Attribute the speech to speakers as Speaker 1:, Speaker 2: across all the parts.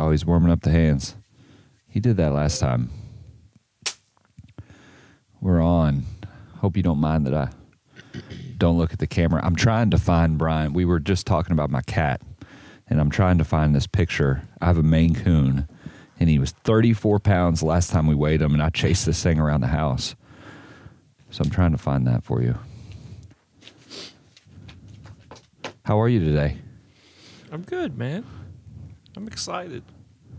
Speaker 1: Oh, he's warming up the hands. He did that last time. We're on. Hope you don't mind that I don't look at the camera. I'm trying to find Brian. We were just talking about my cat, and I'm trying to find this picture. I have a Maine Coon, and he was 34 pounds last time we weighed him, and I chased this thing around the house. So I'm trying to find that for you. How are you today?
Speaker 2: I'm good, man. I'm excited.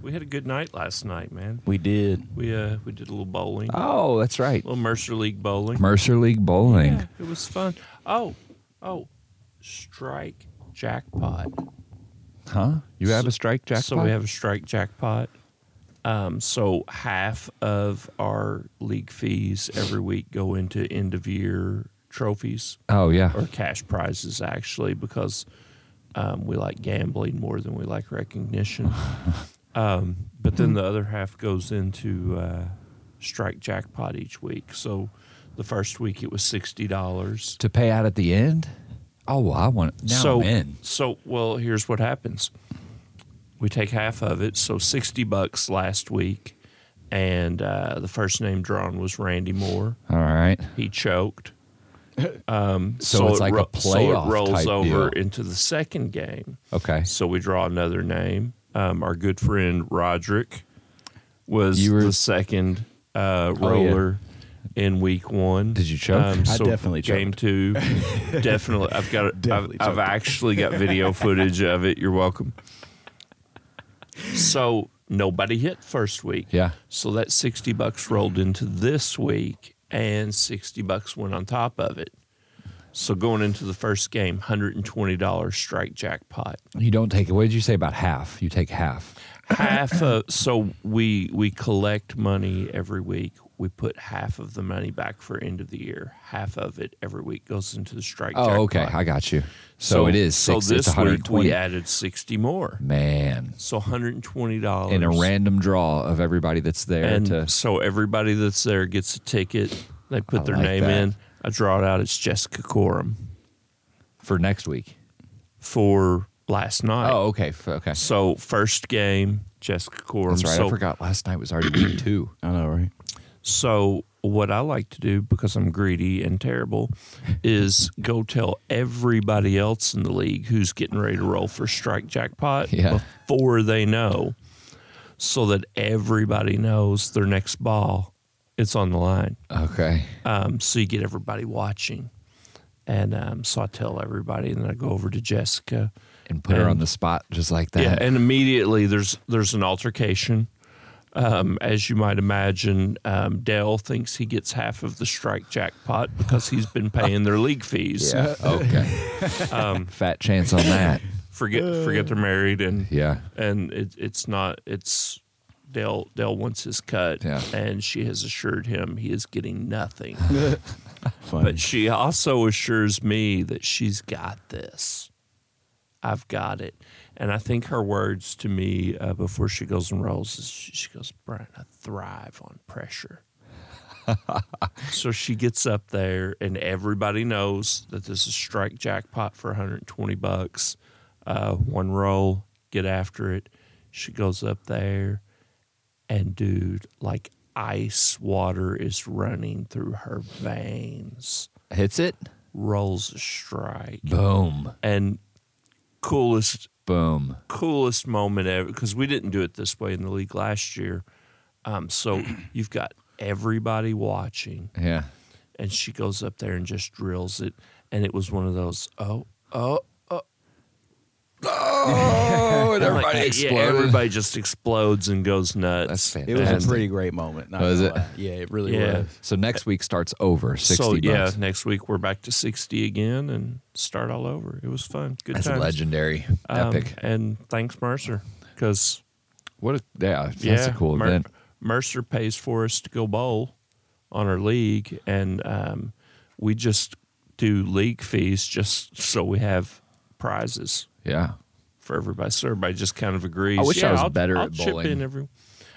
Speaker 2: We had a good night last night, man.
Speaker 3: We did.
Speaker 2: We uh we did a little bowling, a
Speaker 1: Oh, that's right.
Speaker 2: little Mercer League bowling.
Speaker 1: Mercer League Bowling.
Speaker 2: Yeah, it was fun. Oh, oh, strike jackpot.
Speaker 1: Huh? You have a strike jackpot?
Speaker 2: So we have a strike jackpot. Um, so half of our league fees every week go into end of year trophies
Speaker 1: Oh, yeah.
Speaker 2: or cash prizes actually because um, we like gambling more than we like recognition. um, but then the other half goes into uh, strike jackpot each week. So the first week it was sixty dollars.
Speaker 1: to pay out at the end? Oh, well, I want now
Speaker 2: so
Speaker 1: I'm in.
Speaker 2: so well, here's what happens. We take half of it, so sixty bucks last week, and uh, the first name drawn was Randy Moore.
Speaker 1: All right.
Speaker 2: He choked. Um,
Speaker 1: So it's
Speaker 2: it
Speaker 1: like a
Speaker 2: So
Speaker 1: playoff
Speaker 2: it rolls
Speaker 1: type
Speaker 2: over
Speaker 1: deal. Oh.
Speaker 2: into the second game.
Speaker 1: Okay.
Speaker 2: So we draw another name. Um, our good friend Roderick was
Speaker 1: You were- Oh,
Speaker 2: the second uh,
Speaker 1: yeah.
Speaker 2: roller in week one. Um,
Speaker 1: Did you choke?
Speaker 3: I definitely
Speaker 2: game
Speaker 3: choked.
Speaker 2: two. definitely, I've got. A, I've,
Speaker 3: Definitely
Speaker 2: I've
Speaker 3: choked.
Speaker 2: actually got video footage of it. You're welcome. So nobody hit first week.
Speaker 1: Yeah.
Speaker 2: So that sixty bucks rolled into this week, and sixty bucks went on top of it. So going into the first game, hundred and twenty dollars strike jackpot.
Speaker 1: You don't take it. What did you say about half? You take half.
Speaker 2: half of so we we collect money every week we put half of the money back for end of the year half of it every week goes into the strike
Speaker 1: Oh,
Speaker 2: jackpot.
Speaker 1: okay. I got you. So, it is six.
Speaker 2: so this
Speaker 1: it's
Speaker 2: week we
Speaker 1: 120.
Speaker 2: added 60 more
Speaker 1: Man.
Speaker 2: so 120 dollars
Speaker 1: In a random draw of everybody that's there
Speaker 2: and
Speaker 1: to
Speaker 2: so everybody that's there gets a ticket they put
Speaker 1: I
Speaker 2: their
Speaker 1: like
Speaker 2: name
Speaker 1: that.
Speaker 2: in i draw it out it's jessica coram
Speaker 1: for next week.
Speaker 2: for last night
Speaker 1: Oh, okay. F- Okay.
Speaker 2: so first game jessica coram
Speaker 1: That's right.
Speaker 2: so
Speaker 1: I forgot last night was already week two.
Speaker 3: I know, right?
Speaker 2: So what I like to do because I'm greedy and terrible is go tell everybody else in the league who's getting ready to roll for strike jackpot
Speaker 1: Yeah.
Speaker 2: before they know so that everybody knows their next ball it's on the line.
Speaker 1: Okay.
Speaker 2: Um, so you get everybody watching. And um, so I tell everybody and then I go over to Jessica.
Speaker 1: And put her
Speaker 2: And-
Speaker 1: on the spot just like that.
Speaker 2: Yeah, and immediately there's there's an altercation. Um, as you might imagine, um, Dell thinks he gets half of the strike jackpot because he's been paying their league fees.
Speaker 1: Yeah. Okay. Fat chance on that.
Speaker 2: Forget forget they're married and
Speaker 1: Yeah.
Speaker 2: and it, it's not it's Dell Dell wants his cut
Speaker 1: Yeah.
Speaker 2: and she has assured him he is getting nothing.
Speaker 3: Funny.
Speaker 2: but she also assures me that she's got this. I've got it. And I think her words to me uh, before she goes and rolls is she, she goes, Brian, I thrive on pressure. so she gets up there, and everybody knows that this is strike jackpot for 120 bucks. Uh, one roll, get after it. She goes up there, and dude, like ice water is running through her veins.
Speaker 1: Hits it.
Speaker 2: Rolls a strike,
Speaker 1: Boom.
Speaker 2: and coolest
Speaker 1: Boom.
Speaker 2: coolest moment ever because we didn't do it this way in the league last year. Um, so you've got everybody watching,
Speaker 1: Yeah.
Speaker 2: and she goes up there and just drills it, and it was one of those oh oh
Speaker 1: Oh, and
Speaker 2: Like, yeah, everybody just explodes and goes nuts.
Speaker 1: That's fantastic.
Speaker 3: it was
Speaker 2: And-
Speaker 3: a pretty great moment. not
Speaker 1: Was
Speaker 3: gonna
Speaker 1: it?
Speaker 3: lie. Yeah, it really
Speaker 2: Yeah.
Speaker 3: was.
Speaker 1: So next week starts over sixty
Speaker 2: so yeah,
Speaker 1: bucks.
Speaker 2: next week we're back to sixty again and start all over. It was fun. Good
Speaker 1: That's
Speaker 2: times.
Speaker 1: legendary,
Speaker 2: Um,
Speaker 1: epic.
Speaker 2: And thanks Mercer because
Speaker 1: What? A, yeah, that's
Speaker 2: yeah,
Speaker 1: a cool
Speaker 2: Mer-
Speaker 1: event.
Speaker 2: Mercer pays for us to go bowl on our league, and um, we just do league fees just so we have prizes
Speaker 1: Yeah.
Speaker 2: for everybody. So everybody just kind of agrees.
Speaker 1: I wish I
Speaker 2: "Yeah,
Speaker 1: was
Speaker 2: I'll-
Speaker 1: better
Speaker 2: I'll
Speaker 1: at
Speaker 2: chip
Speaker 1: bowling."
Speaker 2: in every-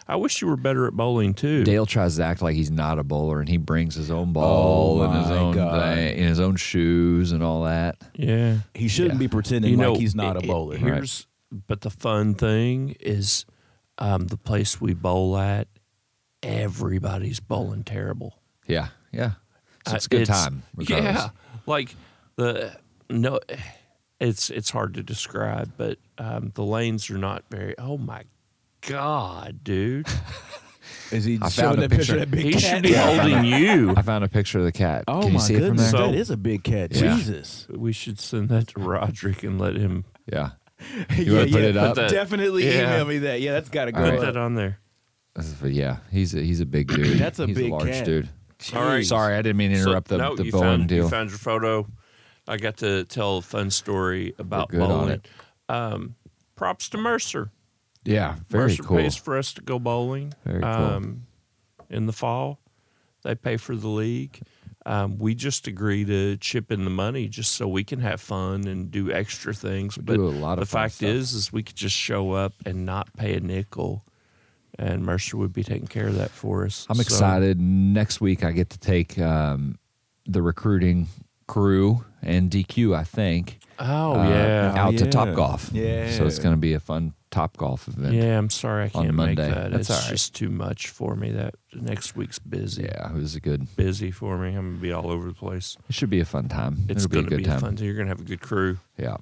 Speaker 2: I wish you were better at bowling too.
Speaker 1: Dale tries to act like he's not a bowler, and he brings his own ball
Speaker 3: Oh
Speaker 1: and his
Speaker 3: my
Speaker 1: own
Speaker 3: God.
Speaker 1: thing, and his own shoes and all that.
Speaker 2: Yeah.
Speaker 3: He shouldn't be pretending like he's not a
Speaker 2: it- it-
Speaker 3: bowler.
Speaker 2: Here's, but the fun thing is, um, the place we bowl at, everybody's bowling terrible.
Speaker 1: Yeah, yeah. So
Speaker 2: Uh,
Speaker 1: it's a good time. Regardless.
Speaker 2: Yeah, like the no, it's it's hard to describe, but um, the lanes are not very. Oh my god, dude,
Speaker 3: Is he
Speaker 1: I found
Speaker 3: showing
Speaker 1: a
Speaker 3: a picture
Speaker 1: picture.
Speaker 3: of that big
Speaker 2: he
Speaker 3: cat?
Speaker 2: should be holding you.
Speaker 1: I found a picture of the cat.
Speaker 3: Oh
Speaker 1: Can you
Speaker 3: my
Speaker 1: see
Speaker 3: goodness,
Speaker 1: it from there?
Speaker 3: that is a big cat.
Speaker 1: Yeah.
Speaker 3: Jesus.
Speaker 2: We should send that to Roderick and let him
Speaker 1: Yeah. You wanna put it up?
Speaker 2: that-
Speaker 3: Definitely
Speaker 2: yeah.
Speaker 3: email me that. Yeah, that's got to go.
Speaker 2: put
Speaker 3: up.
Speaker 2: that on there.
Speaker 1: This is- Yeah, he's a, he's a big dude.
Speaker 3: That's a
Speaker 1: he's
Speaker 3: big
Speaker 1: a large
Speaker 3: cat.
Speaker 1: dude.
Speaker 2: All right.
Speaker 1: Sorry, I didn't mean to
Speaker 2: So,
Speaker 1: interrupt the,
Speaker 2: no,
Speaker 1: the
Speaker 2: you
Speaker 1: Bowen
Speaker 2: found,
Speaker 1: deal.
Speaker 2: You found your photo. I got to tell a fun story about
Speaker 1: good on
Speaker 2: bowling.
Speaker 1: it.
Speaker 2: Um, props to Mercer.
Speaker 1: yeah, very
Speaker 2: Mercer
Speaker 1: cool.
Speaker 2: pays for us to go bowling.
Speaker 1: Very cool.
Speaker 2: Um, in the fall, they pay for the league. Um, we just agree to chip in the money just so we can have fun and do extra things. but
Speaker 1: do a lot of
Speaker 2: the
Speaker 1: fun
Speaker 2: fact
Speaker 1: stuff.
Speaker 2: is, is we could just show up and not pay a nickel, and Mercer would be taking care of that for us.
Speaker 1: I'm
Speaker 2: So-
Speaker 1: excited. Next week, I get to take um, the recruiting crew and DQ, I think,
Speaker 2: Oh
Speaker 1: uh,
Speaker 2: yeah,
Speaker 1: out to
Speaker 3: Yeah.
Speaker 1: Top Golf. So it's
Speaker 3: Yeah.
Speaker 1: going to be a fun Top Golf event.
Speaker 2: Yeah, I'm sorry I
Speaker 1: on
Speaker 2: can't
Speaker 1: Monday.
Speaker 2: make that.
Speaker 1: That's
Speaker 2: it's
Speaker 1: all right.
Speaker 2: just too much for me. That next week's busy.
Speaker 1: Yeah, it was a good.
Speaker 2: Busy for me. I'm gonna be all over the place.
Speaker 1: It should be a fun time.
Speaker 2: It's
Speaker 1: It'll be a
Speaker 2: gonna
Speaker 1: good
Speaker 2: be,
Speaker 1: time.
Speaker 2: fun. You're gonna have a good crew.
Speaker 1: Yeah,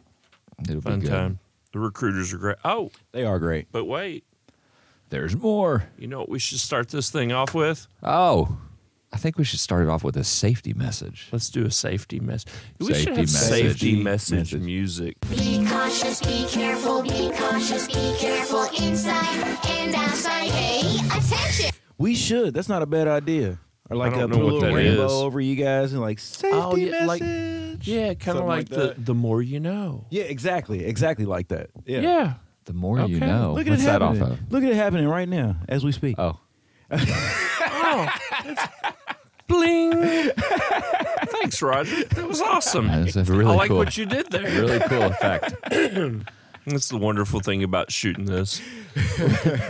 Speaker 1: it'll
Speaker 2: Fun
Speaker 1: be good.
Speaker 2: time. The recruiters are great. Oh,
Speaker 3: They are great.
Speaker 2: but wait.
Speaker 1: There's more.
Speaker 2: You know what we should start this thing off with?
Speaker 1: Oh, I think we should start it off with a safety message.
Speaker 2: Let's do a safety message. We
Speaker 1: Safety
Speaker 2: should have safety
Speaker 3: message.
Speaker 2: message,
Speaker 3: Message.
Speaker 2: music.
Speaker 4: Be cautious, be careful, be cautious, be careful inside and outside. Hey, attention!
Speaker 3: We should. That's not a bad idea. Or like
Speaker 2: don't
Speaker 3: uh,
Speaker 2: know
Speaker 3: put a
Speaker 2: what
Speaker 3: little
Speaker 2: that
Speaker 3: rainbow
Speaker 2: is.
Speaker 3: over you guys and like safety
Speaker 2: Oh, yeah, like-
Speaker 3: message.
Speaker 2: Yeah, kind of
Speaker 3: Something
Speaker 2: like,
Speaker 3: like
Speaker 2: the
Speaker 3: that.
Speaker 2: the more you know.
Speaker 3: yeah, exactly, exactly like that. Yeah.
Speaker 2: yeah.
Speaker 1: The more you
Speaker 2: Okay.
Speaker 1: know.
Speaker 3: Look at
Speaker 1: What's
Speaker 3: it
Speaker 1: that off
Speaker 3: happening.
Speaker 1: of?
Speaker 3: Look at it happening right now as we speak.
Speaker 1: Oh,
Speaker 2: Bling. Thanks, Roger. That was awesome.
Speaker 1: That's a
Speaker 2: I
Speaker 1: really
Speaker 2: like
Speaker 1: cool-
Speaker 2: what you did there.
Speaker 1: really cool effect.
Speaker 2: That's the wonderful thing about shooting this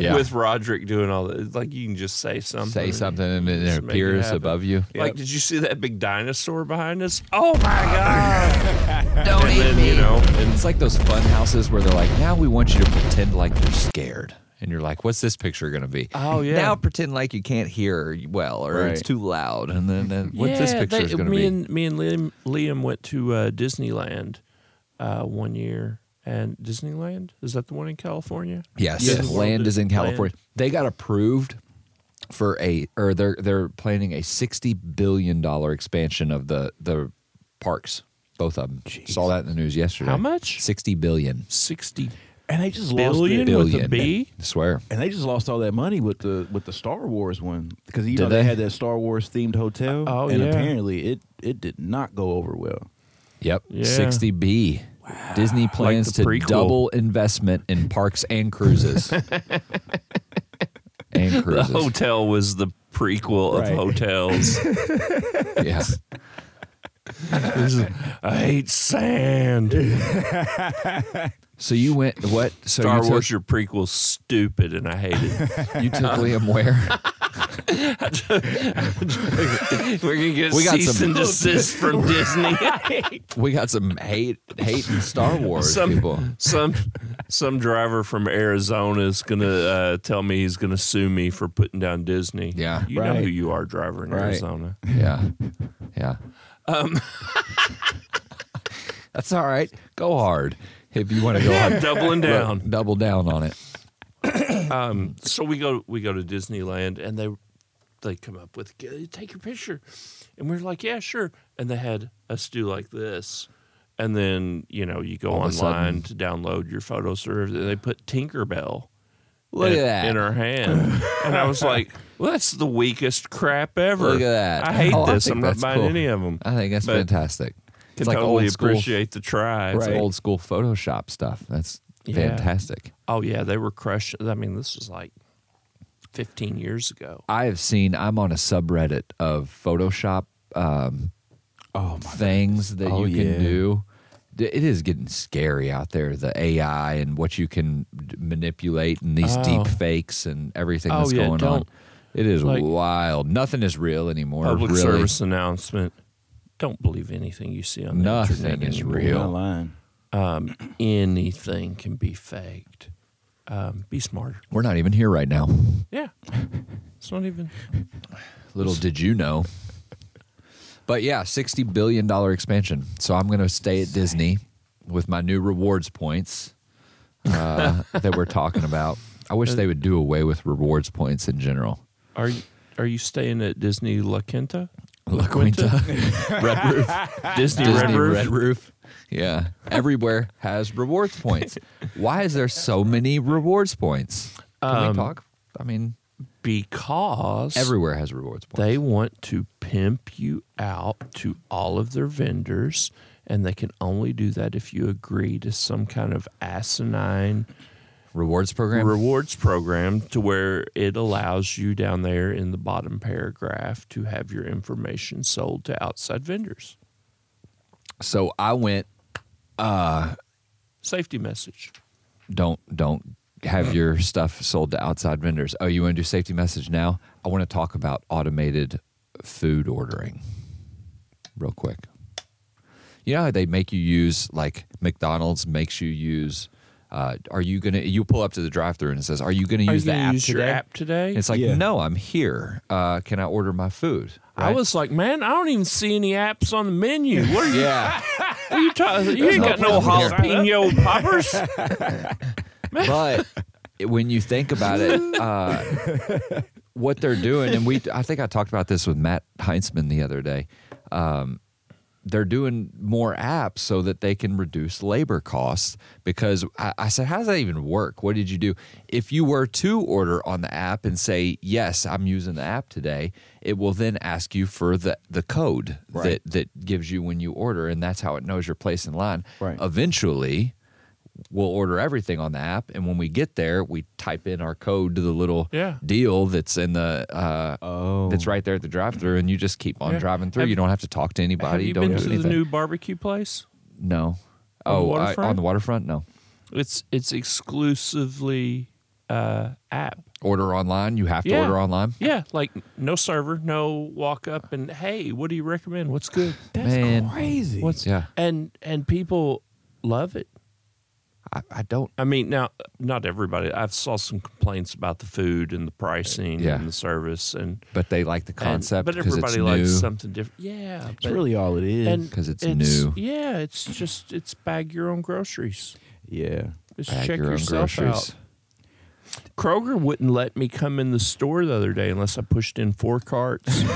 Speaker 1: Yeah.
Speaker 2: with Roderick doing all that. It's like you can just say something.
Speaker 1: Say something and it
Speaker 2: Just make it
Speaker 1: appears
Speaker 2: happen.
Speaker 1: above you.
Speaker 2: Like, did you see that big dinosaur behind us? Oh my god! Don't and then, You know, and
Speaker 1: It's like those fun houses where they're like, now we want you to pretend like you're scared. And you're like, what's this picture going to be?
Speaker 2: Oh, yeah.
Speaker 1: Now pretend like you can't hear well or it's
Speaker 3: Right.
Speaker 1: too loud. And then, then what's this
Speaker 2: Yeah,
Speaker 1: picture
Speaker 2: they-
Speaker 1: is going to
Speaker 2: me
Speaker 1: be?
Speaker 2: And, me and Liam, Liam went to uh, Disneyland uh, one year, and Disneyland is that the one in California?
Speaker 1: yes.
Speaker 2: Disney World
Speaker 1: Land is in
Speaker 2: Land.
Speaker 1: California. They got approved for a, or they're, they're planning a $60 billion expansion of the, the parks, both of them. Saw that in the news yesterday.
Speaker 2: How much?
Speaker 1: 60 billion.
Speaker 2: Sixty
Speaker 3: And they just
Speaker 2: Billion?
Speaker 3: lost it.
Speaker 2: With a
Speaker 1: Billion.
Speaker 2: B?
Speaker 1: I swear.
Speaker 3: And they just lost all that money with the with the Star Wars one because you
Speaker 1: Did
Speaker 3: know they?
Speaker 1: they?
Speaker 3: had that Star Wars themed hotel.
Speaker 2: Oh,
Speaker 3: and
Speaker 2: yeah.
Speaker 3: apparently it it did not go over well.
Speaker 1: Yep.
Speaker 2: Yeah.
Speaker 1: 60B. Disney plans
Speaker 2: the
Speaker 1: to
Speaker 2: prequel.
Speaker 1: double investment in parks and cruises. and
Speaker 2: The
Speaker 1: cruises.
Speaker 2: hotel was the prequel
Speaker 3: Right.
Speaker 2: of hotels.
Speaker 1: Yeah.
Speaker 2: I hate sand.
Speaker 1: So you went what? So
Speaker 2: Star
Speaker 1: you
Speaker 2: Wars, your prequel's stupid, and I hate it.
Speaker 1: took, you took Liam where?
Speaker 2: We're gonna get
Speaker 1: We got
Speaker 2: cease
Speaker 1: some-
Speaker 2: and desist from Disney.
Speaker 1: We got some hate hating Star Wars
Speaker 2: some
Speaker 1: people.
Speaker 2: some some driver from Arizona is gonna uh, tell me he's gonna sue me for putting down Disney.
Speaker 1: Yeah.
Speaker 2: you know
Speaker 3: Right.
Speaker 2: who you are, driver in
Speaker 3: Right.
Speaker 2: Arizona.
Speaker 1: Yeah. Yeah.
Speaker 2: Um,
Speaker 1: That's all right. Go hard. If you want to go hard.
Speaker 2: Doubling down.
Speaker 1: Double down on it.
Speaker 2: Um,
Speaker 1: Mm.
Speaker 2: so we go we go to Disneyland and they they come up with take your picture, and we're like yeah sure, and they had us do like this, and then you know you go
Speaker 1: All of a
Speaker 2: online to download your photo service and they put Tinkerbell.
Speaker 1: Look
Speaker 2: in,
Speaker 1: at that.
Speaker 2: in her hand, and I was like, "Well, that's the weakest crap ever."
Speaker 1: Look at that.
Speaker 2: I hate
Speaker 1: Oh, I
Speaker 2: this.
Speaker 1: think
Speaker 2: I'm not
Speaker 1: that's
Speaker 2: buying
Speaker 1: cool.
Speaker 2: any of them.
Speaker 1: I think that's
Speaker 2: But-
Speaker 1: fantastic.
Speaker 2: Can
Speaker 1: It's like
Speaker 2: totally
Speaker 1: old school
Speaker 2: appreciate the try.
Speaker 1: It's
Speaker 3: Right.
Speaker 1: old school Photoshop stuff. That's
Speaker 2: Yeah.
Speaker 1: fantastic.
Speaker 2: Oh yeah, they were crushing. I mean, this was like 15 years ago.
Speaker 1: I have seen. I'm on a subreddit of Photoshop um,
Speaker 3: Oh my
Speaker 1: things that
Speaker 3: Oh,
Speaker 1: you can
Speaker 3: yeah.
Speaker 1: do. D- It is getting scary out there. The AI and what you can d- manipulate and these
Speaker 2: Oh.
Speaker 1: deep fakes and everything
Speaker 2: Oh,
Speaker 1: that's
Speaker 2: yeah,
Speaker 1: going on.
Speaker 2: don't-
Speaker 1: It is
Speaker 2: like-
Speaker 1: wild. Nothing is real anymore.
Speaker 2: Public
Speaker 1: really.
Speaker 2: service announcement. Don't believe anything you see on the
Speaker 1: Nothing
Speaker 2: internet
Speaker 1: is
Speaker 2: anymore.
Speaker 1: real.
Speaker 3: Online.
Speaker 2: Anything can be faked. um, be smarter.
Speaker 1: We're not even here right now.
Speaker 2: Yeah. It's not even.
Speaker 1: Little did you know. But yeah, sixty billion dollar expansion. So I'm going to stay at Disney with my new rewards points uh, that we're talking about. I wish they would do away with rewards points in general.
Speaker 2: Are you, are you staying at Disney La Quinta?
Speaker 1: La Quinta, Red Roof,
Speaker 2: Disney, Red Roof?
Speaker 1: Roof. Yeah, everywhere has rewards points. Why is there so many rewards points? Can
Speaker 2: Um,
Speaker 1: we talk? I mean,
Speaker 2: Because
Speaker 1: everywhere has rewards points.
Speaker 2: they want to pimp you out to all of their vendors, and they can only do that if you agree to some kind of asinine
Speaker 1: rewards program.
Speaker 2: rewards program to where it allows you down there in the bottom paragraph to have your information sold to outside vendors.
Speaker 1: so I went.
Speaker 2: Safety message.
Speaker 1: Don't don't have your stuff sold to outside vendors. Oh, you want to do safety message now? I want to talk about automated food ordering, real quick. You know how they make you use like McDonald's makes you use. Uh, are you gonna? You pull up to the drive-through and it says, "Are you gonna
Speaker 2: Are
Speaker 1: use
Speaker 2: you
Speaker 1: the
Speaker 2: gonna
Speaker 1: app
Speaker 2: use
Speaker 1: today?"
Speaker 2: your app today?
Speaker 1: It's like,
Speaker 3: Yeah.
Speaker 1: no, I'm here. Uh, can I order my food?
Speaker 2: I
Speaker 1: Right?
Speaker 2: was like, man, I don't even see any apps on the menu. What are you,
Speaker 1: yeah.
Speaker 2: what are you talking? You ain't
Speaker 1: no
Speaker 2: got no
Speaker 1: place
Speaker 2: jalapeno poppers.
Speaker 1: but when you think about it, uh, what they're doing, and we, I think I talked about this with Matt Heinzman the other day. Um, they're doing more apps so that they can reduce labor costs. Because I, I said, how does that even work? What did you do? If you were to order on the app and say, yes, I'm using the app today, it will then ask you for the, the code
Speaker 3: Right.
Speaker 1: that, that gives you when you order. And that's how it knows your place in line.
Speaker 3: Right.
Speaker 1: Eventually, we'll order everything on the app and when we get there we type in our code to the little
Speaker 2: Yeah.
Speaker 1: deal that's in the uh,
Speaker 3: Oh.
Speaker 1: that's right there at the drive through and you just keep on
Speaker 2: Yeah.
Speaker 1: driving through
Speaker 2: Have-
Speaker 1: you don't have to talk to anybody
Speaker 2: Have you
Speaker 1: don't
Speaker 2: been
Speaker 1: do
Speaker 2: to the
Speaker 1: anything
Speaker 2: new barbecue place?
Speaker 1: no
Speaker 2: on the
Speaker 1: oh I-
Speaker 2: waterfront?
Speaker 1: on the waterfront no
Speaker 2: It's it's exclusively uh, app.
Speaker 1: order online you have to
Speaker 2: Yeah.
Speaker 1: order online
Speaker 2: Yeah, like no server, no walk up and hey, what do you recommend? What's good?
Speaker 1: man
Speaker 3: Crazy.
Speaker 2: What's
Speaker 1: Yeah.
Speaker 2: And and people love it.
Speaker 1: I, I don't
Speaker 2: I mean, now not everybody. I've saw some complaints about the food and the pricing
Speaker 1: Yeah.
Speaker 2: and the service and
Speaker 1: but they like the
Speaker 2: and-
Speaker 1: concept
Speaker 2: but
Speaker 1: 'cause
Speaker 2: everybody
Speaker 1: it's
Speaker 2: likes
Speaker 1: new.
Speaker 2: something different. Yeah,
Speaker 3: It's really all it is.
Speaker 2: and
Speaker 1: 'Cause it's new.
Speaker 2: Yeah, it's just it's bag your own groceries.
Speaker 3: yeah.
Speaker 2: Just
Speaker 1: Pack
Speaker 2: check
Speaker 1: your own
Speaker 2: yourself
Speaker 1: groceries.
Speaker 2: out. Kroger wouldn't let me come in the store the other day unless I pushed in four carts. You-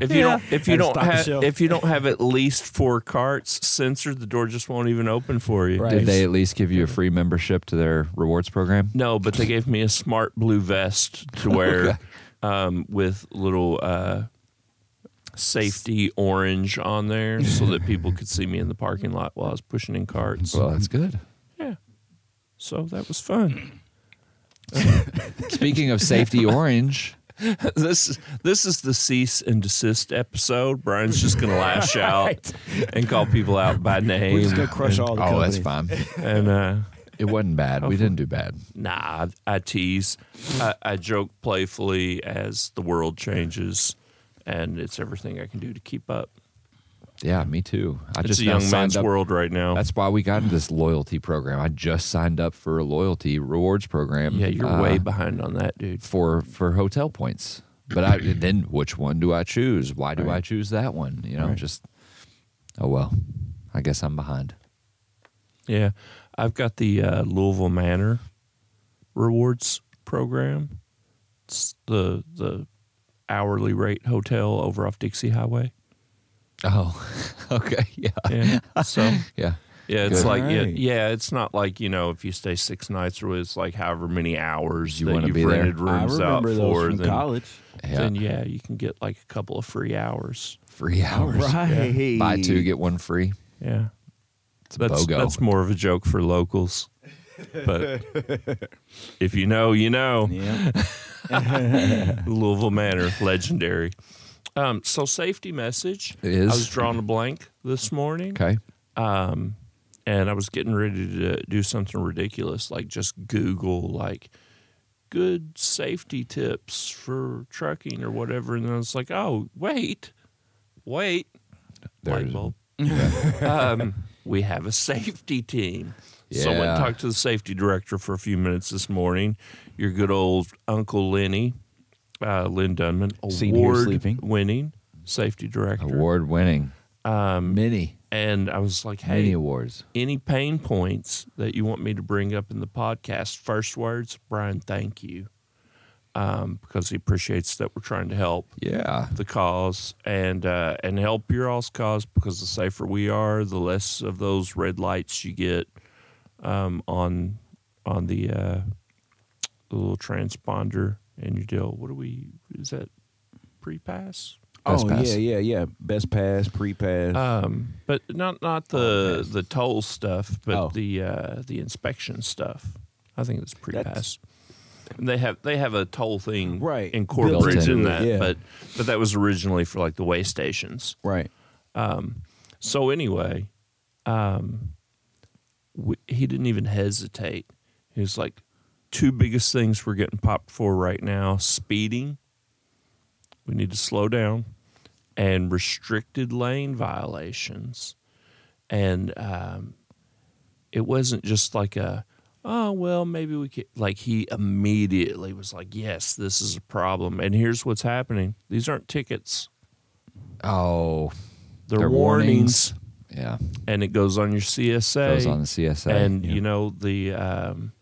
Speaker 2: if you don't, if you
Speaker 3: Had to
Speaker 2: don't
Speaker 3: stock the
Speaker 2: have,
Speaker 3: shelf.
Speaker 2: if you don't have at least four carts censored, the door just won't even open for you.
Speaker 1: did they at least give you a free membership to their rewards program
Speaker 2: No, but they gave me a smart blue vest to wear, um, with little uh, safety orange on there, so that people could see me in the parking lot while I was pushing in carts.
Speaker 1: well that's good
Speaker 2: Yeah. So that was fun.
Speaker 1: speaking of safety orange
Speaker 2: this this is the cease and desist episode. Brian's just gonna lash out and call people out by name.
Speaker 3: We're just gonna crush all the
Speaker 1: oh that's
Speaker 3: companies.
Speaker 1: fine
Speaker 2: And uh,
Speaker 1: it wasn't bad we didn't do bad
Speaker 2: nah, I, I tease. I, I joke playfully as the world changes, and it's everything I can do to keep up.
Speaker 1: yeah me too i
Speaker 2: It's
Speaker 1: just
Speaker 2: a
Speaker 1: now
Speaker 2: young
Speaker 1: signed
Speaker 2: man's
Speaker 1: up-
Speaker 2: world right now.
Speaker 1: That's why we got into this loyalty program. I just signed up for a loyalty rewards program.
Speaker 2: yeah, you're
Speaker 1: uh,
Speaker 2: way behind on that, dude.
Speaker 1: for for hotel points. But I then which one do I choose? Why do I choose that one? You know, just oh well. I guess I'm behind.
Speaker 2: Yeah, I've got the uh, Louisville Manor rewards program. It's the the hourly rate hotel over off Dixie Highway.
Speaker 1: Oh, okay, yeah,
Speaker 2: Yeah, so
Speaker 1: yeah.
Speaker 2: yeah, it's
Speaker 1: Good.
Speaker 2: like yeah,
Speaker 3: Alright.
Speaker 2: yeah, it's not like you know if you stay six nights or it's like however many hours
Speaker 1: You
Speaker 2: that
Speaker 1: wanna
Speaker 2: you've
Speaker 1: be there?
Speaker 2: rented
Speaker 3: I
Speaker 2: rooms out
Speaker 3: remember those
Speaker 2: for.
Speaker 3: from
Speaker 2: Then
Speaker 3: college.
Speaker 1: Yeah.
Speaker 2: then yeah, you can get like a couple of free hours.
Speaker 1: Free hours.
Speaker 3: Right.
Speaker 1: Buy two get one free.
Speaker 2: Yeah,
Speaker 1: It's a
Speaker 2: that's
Speaker 1: bogo.
Speaker 2: that's more of a joke for locals, but if you know, you know.
Speaker 3: Yeah.
Speaker 2: Louisville Manor, legendary. Um, so safety message.
Speaker 1: It is.
Speaker 2: I was drawing a blank this morning,
Speaker 1: okay.
Speaker 2: and I was getting ready to do something ridiculous, like just Google like good safety tips for trucking or whatever, and then I was like, oh wait, wait,
Speaker 1: There's-
Speaker 2: light bulb. um, we have a safety team. So I went and
Speaker 1: Yeah.
Speaker 2: talked to the safety director for a few minutes this morning. Your good old Uncle Lenny, uh, Lynn Dunman,
Speaker 3: Seen here
Speaker 2: award
Speaker 3: sleeping.
Speaker 2: winning safety director.
Speaker 1: Award winning. many,
Speaker 2: And I was like, Um, hey,
Speaker 1: many awards.
Speaker 2: any pain points that you want me to bring up in the podcast, first words, Brian, thank you. Um, because he appreciates that we're trying to help
Speaker 1: Yeah.
Speaker 2: the cause and uh, and help your all's cause because the safer we are, the less of those red lights you get um, on on the, uh, the little transponder and your deal. What do we is that pre pass?
Speaker 1: Best
Speaker 3: oh
Speaker 1: pass.
Speaker 3: yeah, yeah, yeah. Best pass, pre pass.
Speaker 2: Um, but not not the the toll stuff, but
Speaker 3: Oh.
Speaker 2: the uh, the inspection stuff. I think it's pre
Speaker 3: That's-
Speaker 2: pass. They have they have a toll thing
Speaker 3: Right.
Speaker 1: Built
Speaker 2: incorporated
Speaker 1: into
Speaker 2: in
Speaker 1: it,
Speaker 2: that,
Speaker 3: yeah.
Speaker 2: but but that was originally for like the way stations.
Speaker 3: right.
Speaker 2: So anyway, um, w he didn't even hesitate. He was like, two biggest things we're getting popped for right now: speeding. We need to slow down, and restricted lane violations. And um, it wasn't just like a, oh well, maybe we could. Like he immediately was like, yes, this is a problem, and here's what's happening. These aren't tickets;
Speaker 1: Oh,
Speaker 2: they're,
Speaker 1: They're
Speaker 2: warnings.
Speaker 1: warnings. yeah.
Speaker 2: and it goes on your CSA.
Speaker 1: Goes on the CSA.
Speaker 2: and
Speaker 1: yeah.
Speaker 2: you know the um,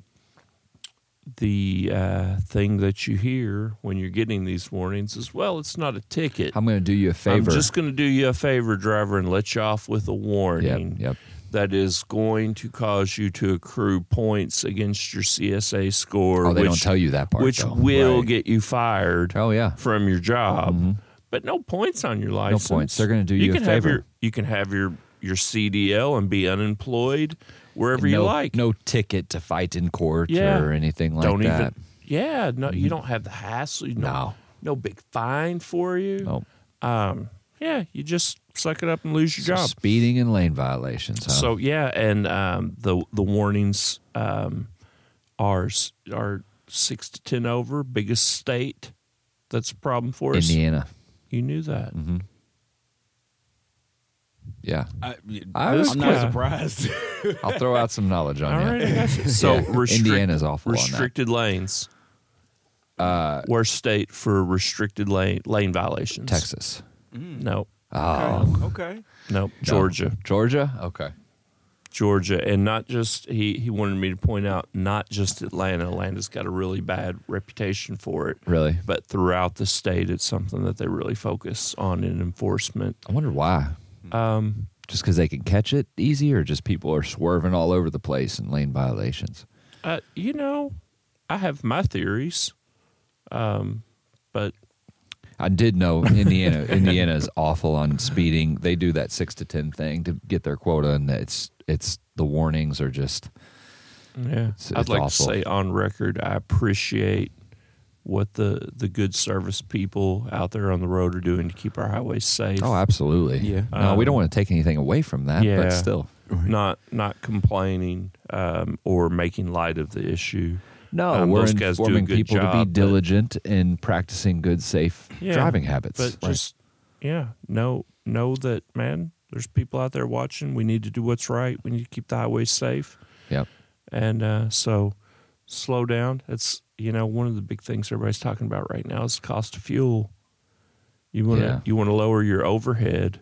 Speaker 2: the uh, thing that you hear when you're getting these warnings is, well, it's not a ticket.
Speaker 1: I'm going to do you a
Speaker 2: I'm
Speaker 1: favor.
Speaker 2: just going to do you a favor, driver, and let you off with a warning
Speaker 1: Yep, yep.
Speaker 2: that is going to cause you to accrue points against your CSA score.
Speaker 1: Oh, they
Speaker 2: which,
Speaker 1: don't tell you that part.
Speaker 2: which
Speaker 1: though.
Speaker 2: will
Speaker 1: Right.
Speaker 2: get you fired
Speaker 1: Oh yeah. Mm-hmm.
Speaker 2: from your job, but no points on your license.
Speaker 1: They're gonna do you a
Speaker 2: can have
Speaker 1: favor.
Speaker 2: Your, you can have your your CDL and be unemployed wherever you
Speaker 1: no,
Speaker 2: like.
Speaker 1: no ticket to fight in court
Speaker 2: Yeah.
Speaker 1: or anything like
Speaker 2: don't
Speaker 1: that. Mm-hmm.
Speaker 2: even. Yeah, no, you don't have the hassle. No, no,
Speaker 1: No.
Speaker 2: big fine for you.
Speaker 1: Nope.
Speaker 2: Um, yeah, you just suck it up and lose your
Speaker 1: So
Speaker 2: job.
Speaker 1: Speeding and lane violations. Huh?
Speaker 2: So yeah, and um, the the warnings um, are s- are six to ten over. Biggest state that's a problem for us.
Speaker 1: Indiana.
Speaker 2: You knew that.
Speaker 1: Mm. Yeah.
Speaker 3: I,
Speaker 1: I
Speaker 2: This
Speaker 1: was,
Speaker 3: am not
Speaker 2: guy-
Speaker 3: surprised.
Speaker 1: I'll throw out some knowledge on
Speaker 2: All
Speaker 1: you.
Speaker 2: right, I got you. So
Speaker 1: Yeah,
Speaker 2: restrict-
Speaker 1: Indiana's awful on that. Uh,
Speaker 2: Restricted lanes. Worst state for restricted lane lane violations.
Speaker 1: Texas.
Speaker 2: No.
Speaker 3: okay.
Speaker 2: No. Georgia.
Speaker 1: Georgia? Okay.
Speaker 2: Georgia. And not just he he wanted me to point out not just Atlanta. Atlanta's got a really bad reputation for it.
Speaker 1: Really?
Speaker 2: But throughout the state it's something that they really focus on in enforcement.
Speaker 1: I wonder why.
Speaker 2: Um
Speaker 1: Just because they can catch it easy or just people are swerving all over the place and lane violations?
Speaker 2: uh, you know, I have my theories. Um but
Speaker 1: I did know Indiana. Indiana is awful on speeding. They do that six to ten thing to get their quota, and it's it's the warnings are just
Speaker 2: Yeah,
Speaker 1: It's-
Speaker 2: I'd
Speaker 1: it's
Speaker 2: like
Speaker 1: awful.
Speaker 2: to say on record, I appreciate what the the good service people out there on the road are doing to keep our highways safe.
Speaker 1: oh, absolutely.
Speaker 3: Yeah.
Speaker 1: No, we don't want to take anything away from that,
Speaker 2: Um, yeah.
Speaker 1: but still,
Speaker 2: not not complaining um, or making light of the issue.
Speaker 1: no,
Speaker 2: Um,
Speaker 1: we're
Speaker 2: those guys do a
Speaker 1: informing
Speaker 2: good
Speaker 1: people to
Speaker 2: job,
Speaker 1: be
Speaker 2: but-
Speaker 1: diligent in practicing good, safe
Speaker 2: Yeah,
Speaker 1: driving habits.
Speaker 2: But just yeah, know know that man. There's people out there watching. We need to do what's right. We need to keep the highways safe.
Speaker 1: yep.
Speaker 2: And uh, so slow down. That's you know one of the big things everybody's talking about right now is the cost of fuel. You want to
Speaker 1: Yeah.
Speaker 2: you want to lower your overhead.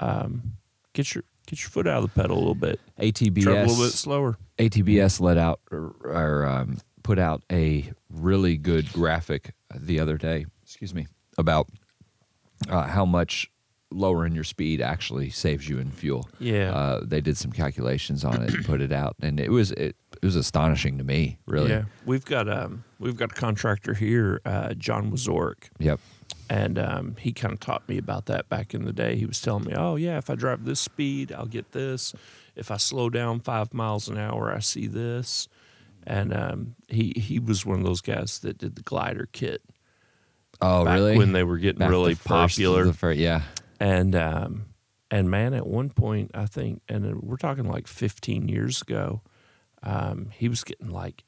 Speaker 2: Um, get your get your foot out of the pedal a little bit. Travel a little bit
Speaker 1: ATBS
Speaker 2: slower.
Speaker 1: ATBS let out or, or um, put out a really good graphic the other day. Excuse me about uh, how much lowering your speed actually saves you in fuel.
Speaker 2: Yeah.
Speaker 1: uh, they did some calculations on it and put it out, and it was it, it was astonishing to me. Really.
Speaker 2: Yeah, we've got um we've got a contractor here, uh, John Wazorek.
Speaker 1: Yep.
Speaker 2: And um, he kind of taught me about that back in the day. He was telling me, oh, yeah, if I drive this speed, I'll get this. If I slow down five miles an hour, I see this. And um, he, he was one of those guys that did the glider kit
Speaker 1: Oh,
Speaker 2: back
Speaker 1: really?
Speaker 2: when they were getting
Speaker 1: Back
Speaker 2: really
Speaker 1: the first-
Speaker 2: popular.
Speaker 1: the fir- yeah.
Speaker 2: and, um, and man, at one point, I think, and uh, we're talking like 15 years ago, um, he was getting like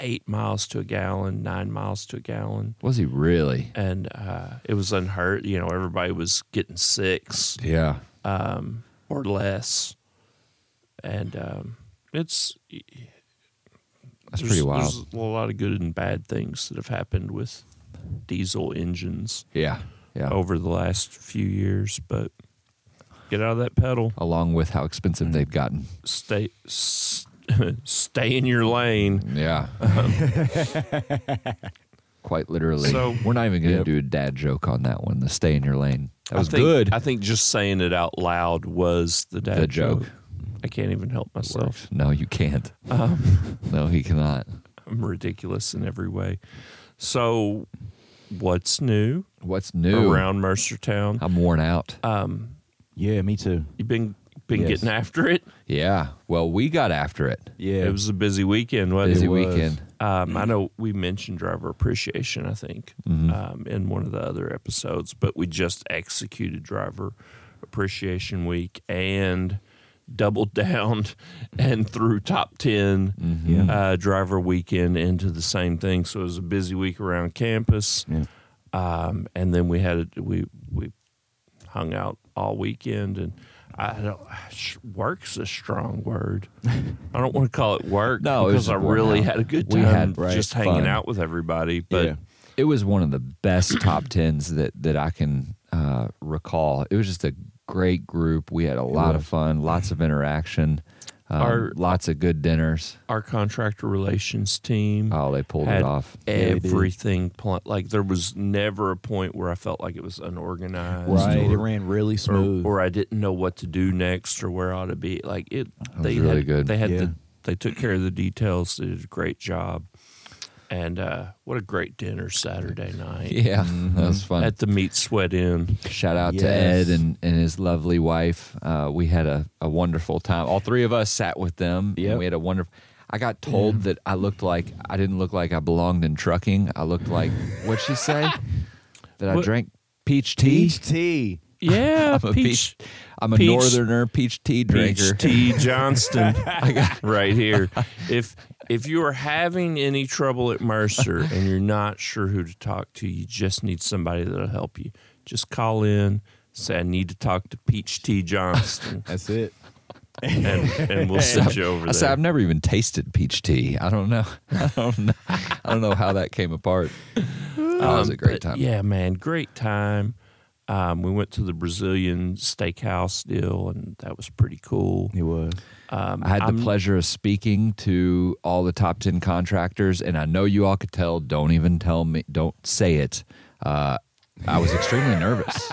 Speaker 2: eight miles to a gallon, nine miles to a gallon.
Speaker 1: Was he really?
Speaker 2: And uh, it was unheard. You know, everybody was getting six.
Speaker 1: Yeah.
Speaker 2: or less. And um, it's
Speaker 1: That's
Speaker 2: there's-
Speaker 1: pretty wild.
Speaker 2: There's a lot of good and bad things that have happened with diesel engines
Speaker 1: yeah. Yeah.
Speaker 2: over the last few years, but get out of that pedal.
Speaker 1: Along with how expensive they've gotten.
Speaker 2: Stay s- stay in your lane.
Speaker 1: Yeah. Quite literally.
Speaker 2: So-
Speaker 1: we're not even going to
Speaker 3: Yep.
Speaker 1: do a dad joke on that one. The stay in your lane. That was
Speaker 2: I think,
Speaker 1: good.
Speaker 2: I think just saying it out loud was the dad
Speaker 1: The joke.
Speaker 2: I can't even help myself.
Speaker 1: No, you can't.
Speaker 2: Um,
Speaker 1: no, he cannot.
Speaker 2: I'm ridiculous in every way. So, what's new
Speaker 1: What's new?
Speaker 2: around Mercertown?
Speaker 1: I'm worn out.
Speaker 3: Yeah, me too.
Speaker 2: You've been been
Speaker 3: Yes.
Speaker 2: getting after it.
Speaker 1: yeah. Well, we got after it.
Speaker 3: Yeah,
Speaker 2: It was a busy weekend, wasn't
Speaker 1: Busy
Speaker 2: it?
Speaker 3: was.
Speaker 1: weekend.
Speaker 2: Um, I know we mentioned driver appreciation, I think, um, in one of the other episodes, but we just executed driver appreciation week and doubled down and threw top 10 uh, driver weekend into the same thing. So it was a busy week around campus.
Speaker 3: Yeah.
Speaker 2: Um, and then we had, a, we, we hung out all weekend and I don't, sh- work's a strong word. I don't want to call it work
Speaker 1: No, it was
Speaker 2: because I
Speaker 1: just working
Speaker 2: really
Speaker 1: out.
Speaker 2: had a good
Speaker 1: We
Speaker 2: time
Speaker 1: had, right,
Speaker 2: just
Speaker 1: fun.
Speaker 2: hanging out with everybody. But
Speaker 3: Yeah.
Speaker 1: It was one of the best top tens that that I can uh, recall. It was just a great group. We had a lot of fun, lots of interaction, um,
Speaker 2: Our-
Speaker 1: lots of good dinners.
Speaker 2: our contractor relations team
Speaker 1: Oh, they pulled
Speaker 2: had
Speaker 1: it off.
Speaker 3: they did.
Speaker 2: everything pl- like there was never a point where I felt like it was unorganized,
Speaker 3: right. It
Speaker 2: Or,
Speaker 3: ran really
Speaker 2: or,
Speaker 3: smooth.
Speaker 2: or I didn't know what to do next or where I ought to be. Like it,
Speaker 1: was
Speaker 2: they
Speaker 1: really
Speaker 2: had,
Speaker 1: good.
Speaker 2: They had
Speaker 3: Yeah.
Speaker 2: the, they took care of the details. They did a great job, and uh, what a great dinner Saturday night
Speaker 1: Yeah, that was fun.
Speaker 2: Mm-hmm. at the Meat Sweat Inn.
Speaker 1: Shout out to
Speaker 3: Yes.
Speaker 1: Ed and, and his lovely wife. Uh, we had a, a wonderful time. All three of us sat with them. and
Speaker 3: Yep.
Speaker 1: we had a wonderful. I got told that I looked like I didn't look like I belonged in trucking. I looked like what'd she say? that I
Speaker 2: What-
Speaker 1: drank peach tea.
Speaker 3: Peach tea.
Speaker 2: Yeah,
Speaker 1: I'm a
Speaker 2: peach,
Speaker 1: peach. I'm a
Speaker 2: peach-
Speaker 1: northerner peach tea drinker.
Speaker 2: Peach T. Johnston right here. If if you are having any trouble at Mercer and you're not sure who to talk to, you just need somebody that'll help you. Just call in, say I need to talk to Peach T. Johnston,
Speaker 3: That's it.
Speaker 2: and, and we'll send you over
Speaker 1: I said
Speaker 2: there.
Speaker 1: I've never even tasted peach tea. I don't know. I don't know. I don't know how that came apart. Oh, that was
Speaker 2: Um,
Speaker 1: a great
Speaker 2: but
Speaker 1: time.
Speaker 2: Yeah, man, great time. Um, we went to the Brazilian steakhouse deal, and that was pretty cool.
Speaker 3: It was.
Speaker 1: I had the
Speaker 2: I'm-
Speaker 1: pleasure of speaking to all the top 10 contractors, and I know you all could tell. Don't even tell me, don't say it. Uh, I was extremely nervous.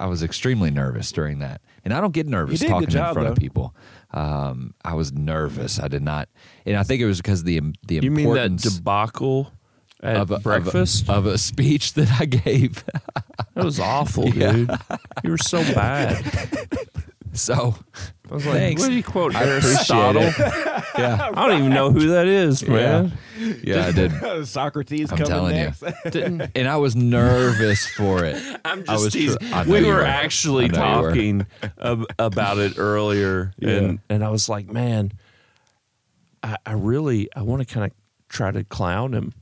Speaker 1: I was extremely nervous during that. And I don't get nervous
Speaker 3: You did a
Speaker 1: talking
Speaker 3: good
Speaker 1: in
Speaker 3: job,
Speaker 1: front of
Speaker 3: though.
Speaker 1: people. Um, I was nervous. I did not. And I think it was because the, the
Speaker 2: You mean that
Speaker 1: importance
Speaker 2: debacle at
Speaker 1: of, a, of a-
Speaker 2: breakfast?
Speaker 1: of a speech that I gave.
Speaker 2: That was awful, dude. You were so bad.
Speaker 1: so
Speaker 2: I was like,
Speaker 1: Thanks.
Speaker 2: what did you quote?
Speaker 1: I appreciate
Speaker 2: Aristotle?
Speaker 1: it. Yeah.
Speaker 2: I don't even know who that is, man.
Speaker 1: Yeah, I did.
Speaker 3: Socrates
Speaker 1: I'm
Speaker 3: coming
Speaker 1: telling
Speaker 3: next.
Speaker 1: you. and I was nervous for it.
Speaker 2: I'm
Speaker 1: I
Speaker 2: just
Speaker 1: was
Speaker 2: teasing.
Speaker 1: tr- I know
Speaker 2: we
Speaker 1: you
Speaker 2: were,
Speaker 1: were. I
Speaker 2: actually
Speaker 1: know you were.
Speaker 2: talking ab- about it earlier, and and I was like, man, I, I really I want to kind of try to clown him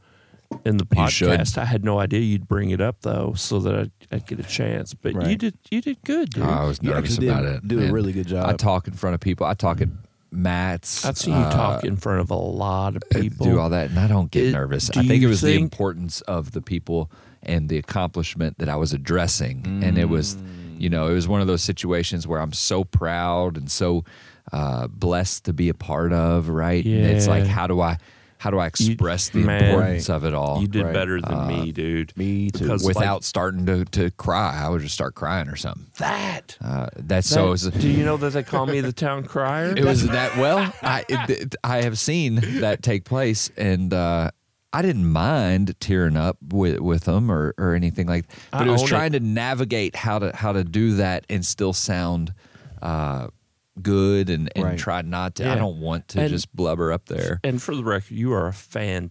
Speaker 2: in the
Speaker 1: You should.
Speaker 2: podcast. I had no idea you'd bring it up though, so that I'd, I'd get a chance. But you
Speaker 3: Right.
Speaker 2: did you did good, dude.
Speaker 1: I was
Speaker 3: You
Speaker 1: nervous
Speaker 3: actually did
Speaker 1: about it.
Speaker 3: do a really good job.
Speaker 1: I talk in front of people. I talk at mats.
Speaker 2: I've seen you
Speaker 1: uh,
Speaker 2: talk in front of a lot of people.
Speaker 1: Do all that, and I don't get
Speaker 2: It-
Speaker 1: nervous.
Speaker 2: do
Speaker 1: I think
Speaker 2: you
Speaker 1: it was the
Speaker 2: think-
Speaker 1: importance of the people and the accomplishment that I was addressing, and it was,
Speaker 2: Mm.
Speaker 1: you know, it was one of those situations where I'm so proud and so uh, blessed to be a part of. Right? And it's like,
Speaker 2: Yeah.
Speaker 1: how do I, how do I express the
Speaker 2: man,
Speaker 1: importance
Speaker 3: Right.
Speaker 1: of it all?
Speaker 2: You did
Speaker 3: Right.
Speaker 2: better than me,
Speaker 1: uh,
Speaker 2: dude.
Speaker 3: me too.
Speaker 2: Because like,
Speaker 1: without starting to, to cry, I would just start crying or something.
Speaker 2: that,
Speaker 1: Uh, that's so. It was,
Speaker 2: do you know that they call me the town crier?
Speaker 1: It was that well. I it, it- I have seen that take place, and uh, I didn't mind tearing up with with them or or anything like. But
Speaker 2: I
Speaker 1: it was
Speaker 2: own it.
Speaker 1: trying to navigate how to how to do that and still sound. Uh, good and, and
Speaker 3: Right.
Speaker 1: try not to i
Speaker 2: Yeah.
Speaker 1: don't want to
Speaker 2: And-
Speaker 1: just blubber up there
Speaker 2: and for the record, you are a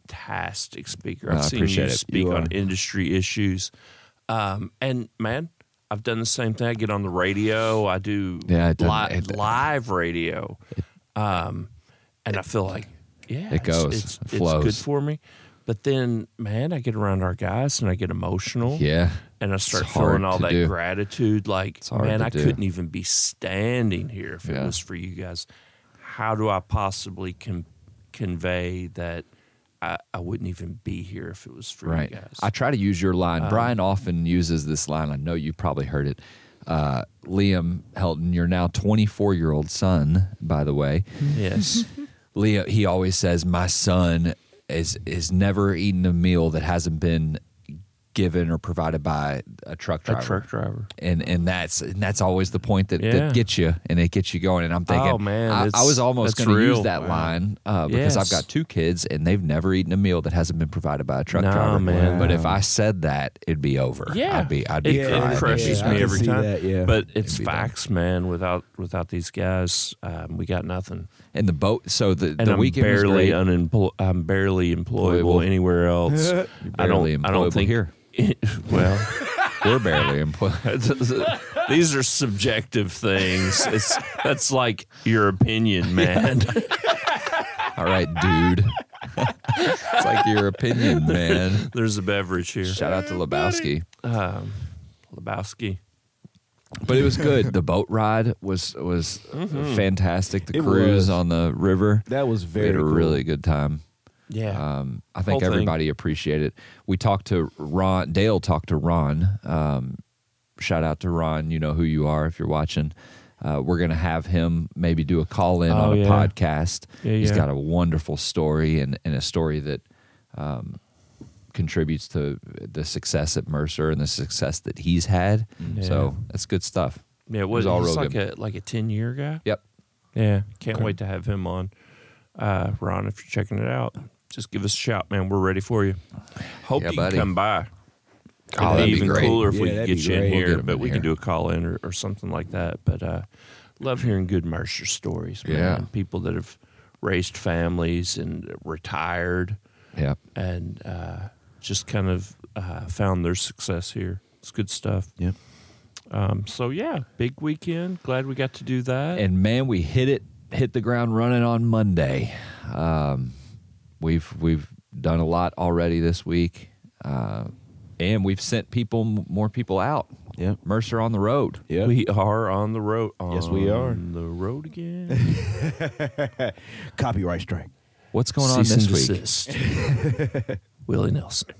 Speaker 2: fantastic speaker. I've
Speaker 1: I
Speaker 2: seen
Speaker 1: appreciate
Speaker 2: you
Speaker 1: it.
Speaker 2: speak
Speaker 3: You
Speaker 2: on
Speaker 3: are.
Speaker 2: industry issues. Um, and man, I've done the same thing. I get on the radio. I do
Speaker 1: Yeah, it doesn't-
Speaker 2: li-
Speaker 1: it-
Speaker 2: live radio, um, and I feel like yeah,
Speaker 1: it
Speaker 2: it's-
Speaker 1: goes.
Speaker 2: It's,
Speaker 1: It
Speaker 2: it's good
Speaker 1: flows.
Speaker 2: for me. But then, man, I get around our guys and I get emotional.
Speaker 1: yeah
Speaker 2: and I start
Speaker 1: hard
Speaker 2: feeling all
Speaker 1: to
Speaker 2: that
Speaker 1: do.
Speaker 2: gratitude. Like,
Speaker 1: hard
Speaker 2: man,
Speaker 1: to
Speaker 2: I
Speaker 1: do.
Speaker 2: couldn't even be standing here if
Speaker 1: Yeah.
Speaker 2: it was for you guys. how do I possibly com- convey that I, I wouldn't even be here if it was for
Speaker 1: right.
Speaker 2: you guys?
Speaker 1: I try to use your
Speaker 2: Um,
Speaker 1: line. Brian often uses this line. I know you probably heard it. Uh, Liam Helton, your now 24 year old son, by the way.
Speaker 2: yes.
Speaker 1: Leo, he always says, "My son is is never eaten a meal that hasn't been given or provided by a truck driver."
Speaker 2: A truck driver.
Speaker 1: and and that's and that's always the point that,
Speaker 2: Yeah.
Speaker 1: that gets you and it gets you going. And I'm thinking,
Speaker 2: Oh, man,
Speaker 1: I, I
Speaker 2: it's-
Speaker 1: was almost
Speaker 2: that's
Speaker 1: going to use
Speaker 2: real.
Speaker 1: that
Speaker 2: Wow.
Speaker 1: line uh, because I've
Speaker 2: Yes.
Speaker 1: got two kids and they've never eaten a meal that hasn't been provided by a truck
Speaker 2: Nah,
Speaker 1: driver.
Speaker 2: man.
Speaker 1: But if I said that, it'd be over.
Speaker 2: Yeah.
Speaker 1: I'd be I'd be
Speaker 2: it,
Speaker 1: crying.
Speaker 2: it crushes
Speaker 3: Yeah, I
Speaker 2: me
Speaker 3: can
Speaker 2: every
Speaker 3: see
Speaker 2: time.
Speaker 3: that, yeah.
Speaker 2: But it's
Speaker 1: It'd be
Speaker 2: facts, man. Without without these guys, um, we got nothing.
Speaker 1: And the boat. So the
Speaker 2: And
Speaker 1: the
Speaker 2: I'm
Speaker 1: weekend was
Speaker 2: barely
Speaker 1: great.
Speaker 2: unemployed. I'm barely employable
Speaker 1: Employable.
Speaker 2: anywhere else.
Speaker 3: You're
Speaker 2: I don't.
Speaker 1: barely
Speaker 2: I don't
Speaker 1: employable
Speaker 2: think
Speaker 1: here.
Speaker 2: well,
Speaker 1: We're barely employed.
Speaker 2: these are subjective things. It's that's like your opinion, man.
Speaker 1: All right, dude. it's like your opinion, man.
Speaker 2: There's a beverage here.
Speaker 1: Shout out to Lebowski.
Speaker 2: Lebowski.
Speaker 1: But it was good. The boat ride was was fantastic. The
Speaker 3: It
Speaker 1: cruise
Speaker 3: was.
Speaker 1: on the river.
Speaker 3: That was
Speaker 1: we had
Speaker 3: very
Speaker 1: a
Speaker 3: cool.
Speaker 1: really good time.
Speaker 2: Yeah.
Speaker 1: Um, I think
Speaker 2: Whole thing.
Speaker 1: everybody appreciated it. We talked to Ron. Dale talked to Ron. Um, shout out to Ron. You know who you are if you're watching. Uh, we're gonna have him maybe do a call in
Speaker 2: Oh,
Speaker 1: on a
Speaker 2: yeah.
Speaker 1: podcast.
Speaker 2: Yeah,
Speaker 1: He's
Speaker 2: yeah.
Speaker 1: got a wonderful story and, and a story that um, contributes to the success at Mercer and the success that he's had.
Speaker 2: Mm.
Speaker 1: So that's good stuff.
Speaker 2: yeah. It was,
Speaker 1: Uh, all
Speaker 2: all
Speaker 1: real
Speaker 2: like
Speaker 1: good.
Speaker 2: a like a ten year guy.
Speaker 1: Yep.
Speaker 2: Yeah. Can't wait to have him on. Uh, Ron, if you're checking it out, just give us a shout, man. We're ready for you. Hope
Speaker 1: Yeah,
Speaker 2: you
Speaker 1: buddy.
Speaker 2: can come by.
Speaker 1: Oh,
Speaker 2: It'd
Speaker 1: that'd
Speaker 2: be
Speaker 1: be
Speaker 2: even
Speaker 1: great.
Speaker 2: cooler if
Speaker 3: Yeah,
Speaker 2: we could
Speaker 3: that'd
Speaker 2: get
Speaker 3: be
Speaker 2: you in
Speaker 3: great. We'll
Speaker 2: here,
Speaker 1: get him
Speaker 2: but
Speaker 1: in
Speaker 2: we
Speaker 1: here.
Speaker 2: can do a call in or, or something like that. But uh, love hearing good Mercer stories, man.
Speaker 1: Yeah.
Speaker 2: People that have raised families and retired
Speaker 1: Yep.
Speaker 2: and uh, just kind of uh, found their success here. It's good stuff.
Speaker 3: Yep.
Speaker 2: Um, so yeah, big weekend. Glad we got to do that.
Speaker 1: And man, we hit it, hit the ground running on Monday. Um, we've we've done a lot already this week, uh, and we've sent people more people out.
Speaker 3: Yep.
Speaker 1: Mercer on the road.
Speaker 3: Yep.
Speaker 2: We are on the road.
Speaker 3: Yes, we are.
Speaker 2: on the road again.
Speaker 3: Copyright strike.
Speaker 1: What's going on
Speaker 2: Cease and
Speaker 1: this week?
Speaker 2: desist. Willie Nelson.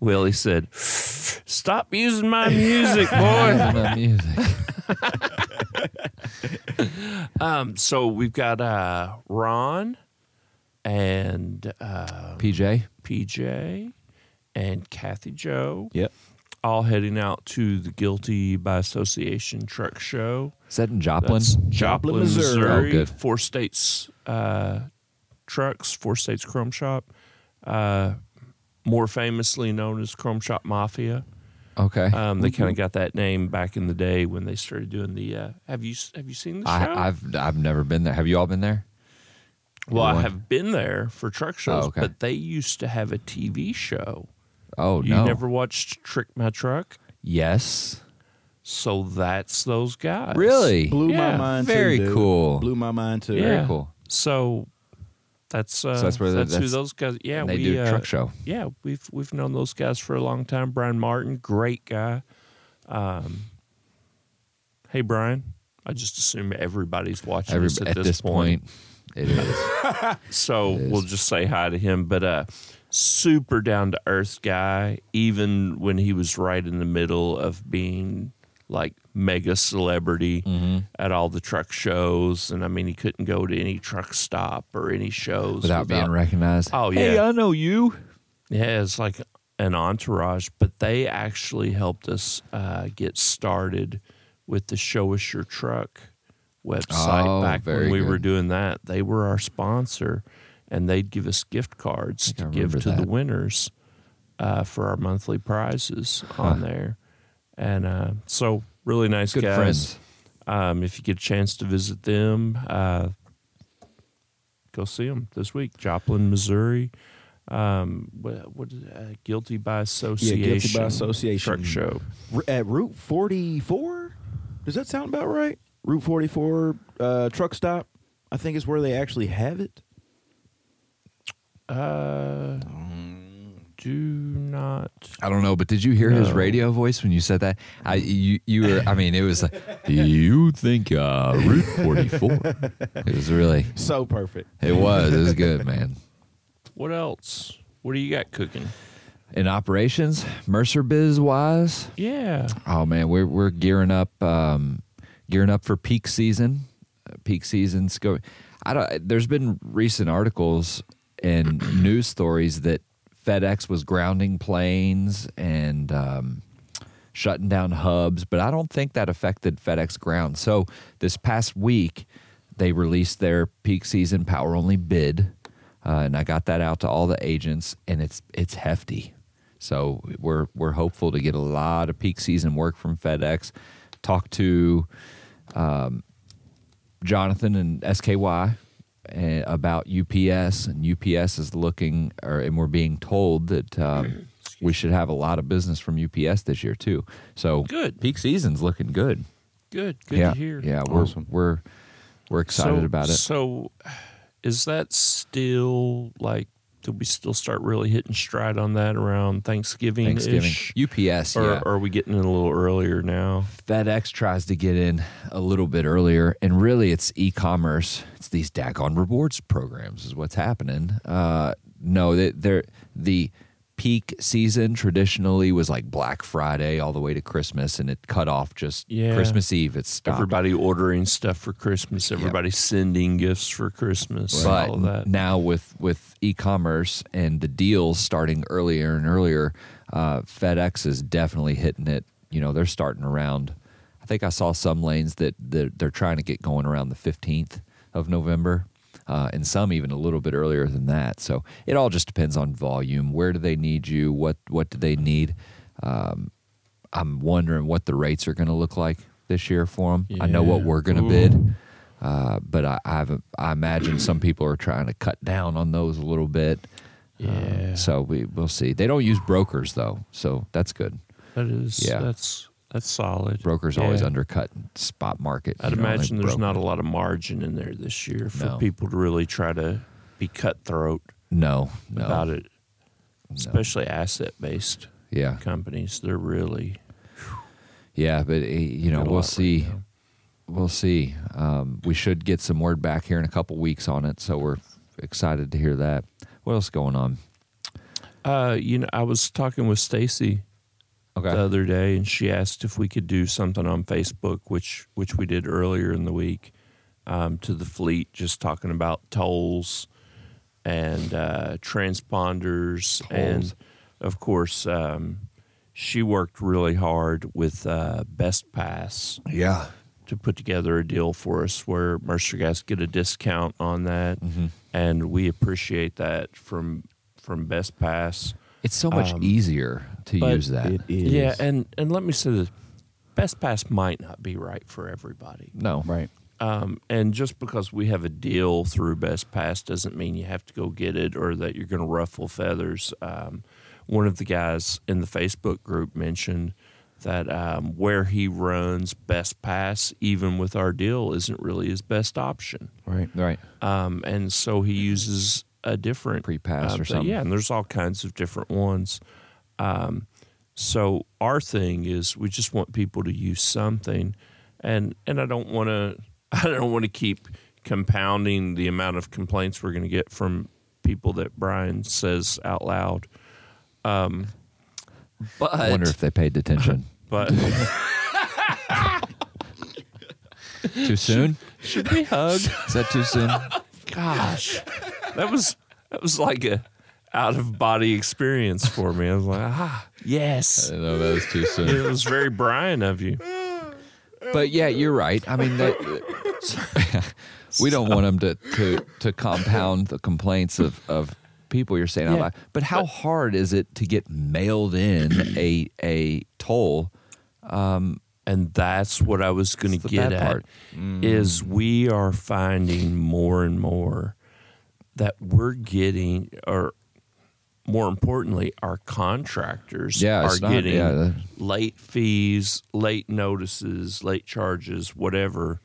Speaker 2: Willie said, "Stop using my music, boy."
Speaker 1: The music.
Speaker 2: um, so we've got uh, Ron and uh,
Speaker 1: PJ.
Speaker 2: PJ and Kathy Joe
Speaker 3: Yep.
Speaker 2: all heading out to the Guilty by Association Truck Show.
Speaker 1: Is that in Joplin?
Speaker 2: That's Joplin,
Speaker 3: Joplin, Missouri.
Speaker 2: Missouri.
Speaker 1: Oh, good.
Speaker 2: Four states uh, trucks, four states chrome shop, uh, more famously known as Chrome Shop Mafia.
Speaker 1: Okay.
Speaker 2: Um, they
Speaker 1: Mm-hmm.
Speaker 2: kind of got that name back in the day when they started doing the. Uh, have you have you seen the show?
Speaker 1: I, I've I've never been there. Have you all been there?
Speaker 2: well, I
Speaker 1: one. Oh,
Speaker 2: have been there for truck shows,
Speaker 1: okay.
Speaker 2: but they used to have a TV show.
Speaker 1: Oh
Speaker 2: you
Speaker 1: no.
Speaker 2: never watched Trick My Truck,
Speaker 1: Yes.
Speaker 2: so that's those guys.
Speaker 1: Really?
Speaker 3: Blew
Speaker 2: Yeah,
Speaker 3: my mind. too,
Speaker 1: very
Speaker 3: dude.
Speaker 1: cool.
Speaker 3: Blew my mind too.
Speaker 2: Yeah.
Speaker 1: Very cool.
Speaker 2: So that's uh,
Speaker 1: So that's
Speaker 2: that's,
Speaker 1: where the-
Speaker 2: who
Speaker 1: that's-
Speaker 2: those guys. Yeah,
Speaker 1: and they
Speaker 2: we,
Speaker 1: do
Speaker 2: uh,
Speaker 1: truck show.
Speaker 2: Yeah, we've we've known those guys for a long time. Brian Martin, great guy. Um, hey Brian, I just assume everybody's watching
Speaker 1: Every,
Speaker 2: us
Speaker 1: at this, point, it is.
Speaker 2: so
Speaker 1: is.
Speaker 2: we'll just say hi to him. But uh, super down to earth guy, even when he was right in the middle of being like mega celebrity
Speaker 1: Mm-hmm.
Speaker 2: at all the truck shows, and I mean he couldn't go to any truck stop or any shows
Speaker 1: without being recognized.
Speaker 2: Oh, Hey, yeah.
Speaker 1: I know you.
Speaker 2: Yeah, it's like an entourage, but they actually helped us uh, get started with the Show Us Your Truck website
Speaker 1: Oh,
Speaker 2: back when
Speaker 1: very
Speaker 2: we were
Speaker 1: good.
Speaker 2: doing that. They were our sponsor, and they'd give us gift cards
Speaker 1: I
Speaker 2: to give
Speaker 1: remember
Speaker 2: to the
Speaker 1: that.
Speaker 2: winners uh, for our monthly prizes on there. And uh, so, really nice
Speaker 1: Good
Speaker 2: guys.
Speaker 1: friends.
Speaker 2: Um, if you get a chance to visit them, uh, go see them this week, Joplin, Missouri. Um, what, what is it? uh, guilty by association?
Speaker 3: Guilty by Association.
Speaker 2: Truck show.
Speaker 3: R- at Route 44. Does that sound about right? Route 44 uh, truck stop. I think is where they actually have it.
Speaker 1: Um,
Speaker 2: Uh, do not.
Speaker 1: I don't know, but did you hear his
Speaker 2: No.
Speaker 1: radio voice when you said that? I you you were I mean it was like you think uh Route 44. it was really
Speaker 3: So perfect.
Speaker 1: it was it was good, man.
Speaker 2: What else? What do you got cooking?
Speaker 1: In operations, Mercer biz wise,
Speaker 2: Yeah.
Speaker 1: oh man, we're we're gearing up um gearing up for peak season. Uh, Peak season's go I don't there's been recent articles and news stories that FedEx was grounding planes and um shutting down hubs, but I don't think that affected FedEx Ground. So this past week, they released their peak season power only bid, uh, and I got that out to all the agents, and it's it's hefty. So we're we're hopeful to get a lot of peak season work from FedEx. Talk to Jonathan and SKY uh, about UPS, and UPS is looking, or and we're being told that um, we should have a lot of business from UPS this year too. So
Speaker 2: Good.
Speaker 1: peak season's looking good.
Speaker 2: Good. Good
Speaker 1: yeah,
Speaker 2: to hear.
Speaker 1: yeah, we're
Speaker 3: Awesome.
Speaker 1: we're we're excited
Speaker 2: so,
Speaker 1: about it.
Speaker 2: So, is that still like? Do we still start really hitting stride on that around Thanksgiving?
Speaker 1: Thanksgiving, UPS,
Speaker 2: Or
Speaker 1: yeah.
Speaker 2: are we getting in a little earlier now?
Speaker 1: FedEx tries to get in a little bit earlier, and really it's e-commerce. It's these daggone rewards programs is what's happening. Uh, no, they, they're the peak season traditionally was like Black Friday all the way to Christmas, and it cut off just
Speaker 2: Yeah.
Speaker 1: Christmas Eve. It's stopped.
Speaker 2: Everybody ordering stuff for Christmas. Everybody sending gifts for Christmas.
Speaker 1: But
Speaker 2: All of that.
Speaker 1: now with with e-commerce and the deals starting earlier and earlier, uh, FedEx is definitely hitting it. You know, they're starting around. I think I saw some lanes that they're, they're trying to get going around the fifteenth of November, uh, and some even a little bit earlier than that. So it all just depends on volume. Where do they need you? What what do they need? Um, I'm wondering what the rates are going to look like this year for them. I know what
Speaker 2: Yeah.
Speaker 1: we're going to
Speaker 2: Ooh.
Speaker 1: bid, uh, but I I've, I imagine some people are trying to cut down on those a little bit. Uh,
Speaker 2: Yeah.
Speaker 1: so we we'll see. They don't use brokers though, so that's good.
Speaker 2: that is.
Speaker 1: yeah.
Speaker 2: That's that's solid.
Speaker 1: Brokers always
Speaker 2: Yeah.
Speaker 1: undercut spot market.
Speaker 2: I'd
Speaker 1: you know, like
Speaker 2: imagine there's
Speaker 1: broker-
Speaker 2: not a lot of margin in there this year for
Speaker 1: No.
Speaker 2: people to really try to be cutthroat
Speaker 1: no no
Speaker 2: about it, especially asset based
Speaker 1: Yeah
Speaker 2: companies. They're really
Speaker 1: yeah, but eh, you know
Speaker 2: got a
Speaker 1: we'll
Speaker 2: lot right
Speaker 1: see.
Speaker 2: now.
Speaker 1: we'll see. Um, we should get some word back here in a couple weeks on it, so we're excited to hear that. What else going on?
Speaker 2: Uh, you know, I was talking with Stacy
Speaker 1: Okay.
Speaker 2: the other day, and she asked if we could do something on Facebook, which which we did earlier in the week, um, to the fleet, just talking about tolls and uh, transponders,
Speaker 1: Tolls.
Speaker 2: and of course, um, she worked really hard with uh, Best Pass
Speaker 1: yeah.
Speaker 2: to put together a deal for us where Mercer guys get a discount on that,
Speaker 1: Mm-hmm.
Speaker 2: and we appreciate that from from Best Pass.
Speaker 1: It's so much
Speaker 2: Um,
Speaker 1: easier to
Speaker 2: but
Speaker 1: use that.
Speaker 3: It is.
Speaker 2: Yeah, and and let me say this: Best Pass might not be right for everybody.
Speaker 1: no.
Speaker 3: right.
Speaker 2: Um, and just because we have a deal through Best Pass doesn't mean you have to go get it or that you're going to ruffle feathers. Um, one of the guys in the Facebook group mentioned that um, where he runs Best Pass, even with our deal, isn't really his best option.
Speaker 3: Right.
Speaker 1: Right.
Speaker 2: Um, and so he uses a different
Speaker 1: Pre-pass or
Speaker 2: thing.
Speaker 1: something.
Speaker 2: Yeah, and there's all kinds of different ones. Um, so our thing is we just want people to use something, and and I don't want to I don't want to keep compounding the amount of complaints we're going to get from people that Brian says out loud. Um, but
Speaker 1: I wonder if they paid attention.
Speaker 2: but
Speaker 1: too soon?
Speaker 2: should we hug?
Speaker 1: Is that too soon?
Speaker 2: gosh, that was that was like a out of body experience for me. I was like, ah, yes,
Speaker 1: no, that was too soon.
Speaker 2: it was very Brian of you.
Speaker 1: But yeah, you're right. I mean, that, we don't want them to, to, to compound the complaints of, of people you're saying. out
Speaker 2: Yeah.
Speaker 1: loud. But how hard is it to get mailed in a a toll?
Speaker 2: And that's what I was going
Speaker 1: It's
Speaker 2: to
Speaker 1: the
Speaker 2: get
Speaker 1: bad
Speaker 2: at
Speaker 1: part. Mm.
Speaker 2: is we are finding more and more that we're getting, or more importantly, our contractors
Speaker 1: Yeah,
Speaker 2: are
Speaker 1: it's not-
Speaker 2: getting
Speaker 1: yeah, that-
Speaker 2: late fees, late notices, late charges, whatever,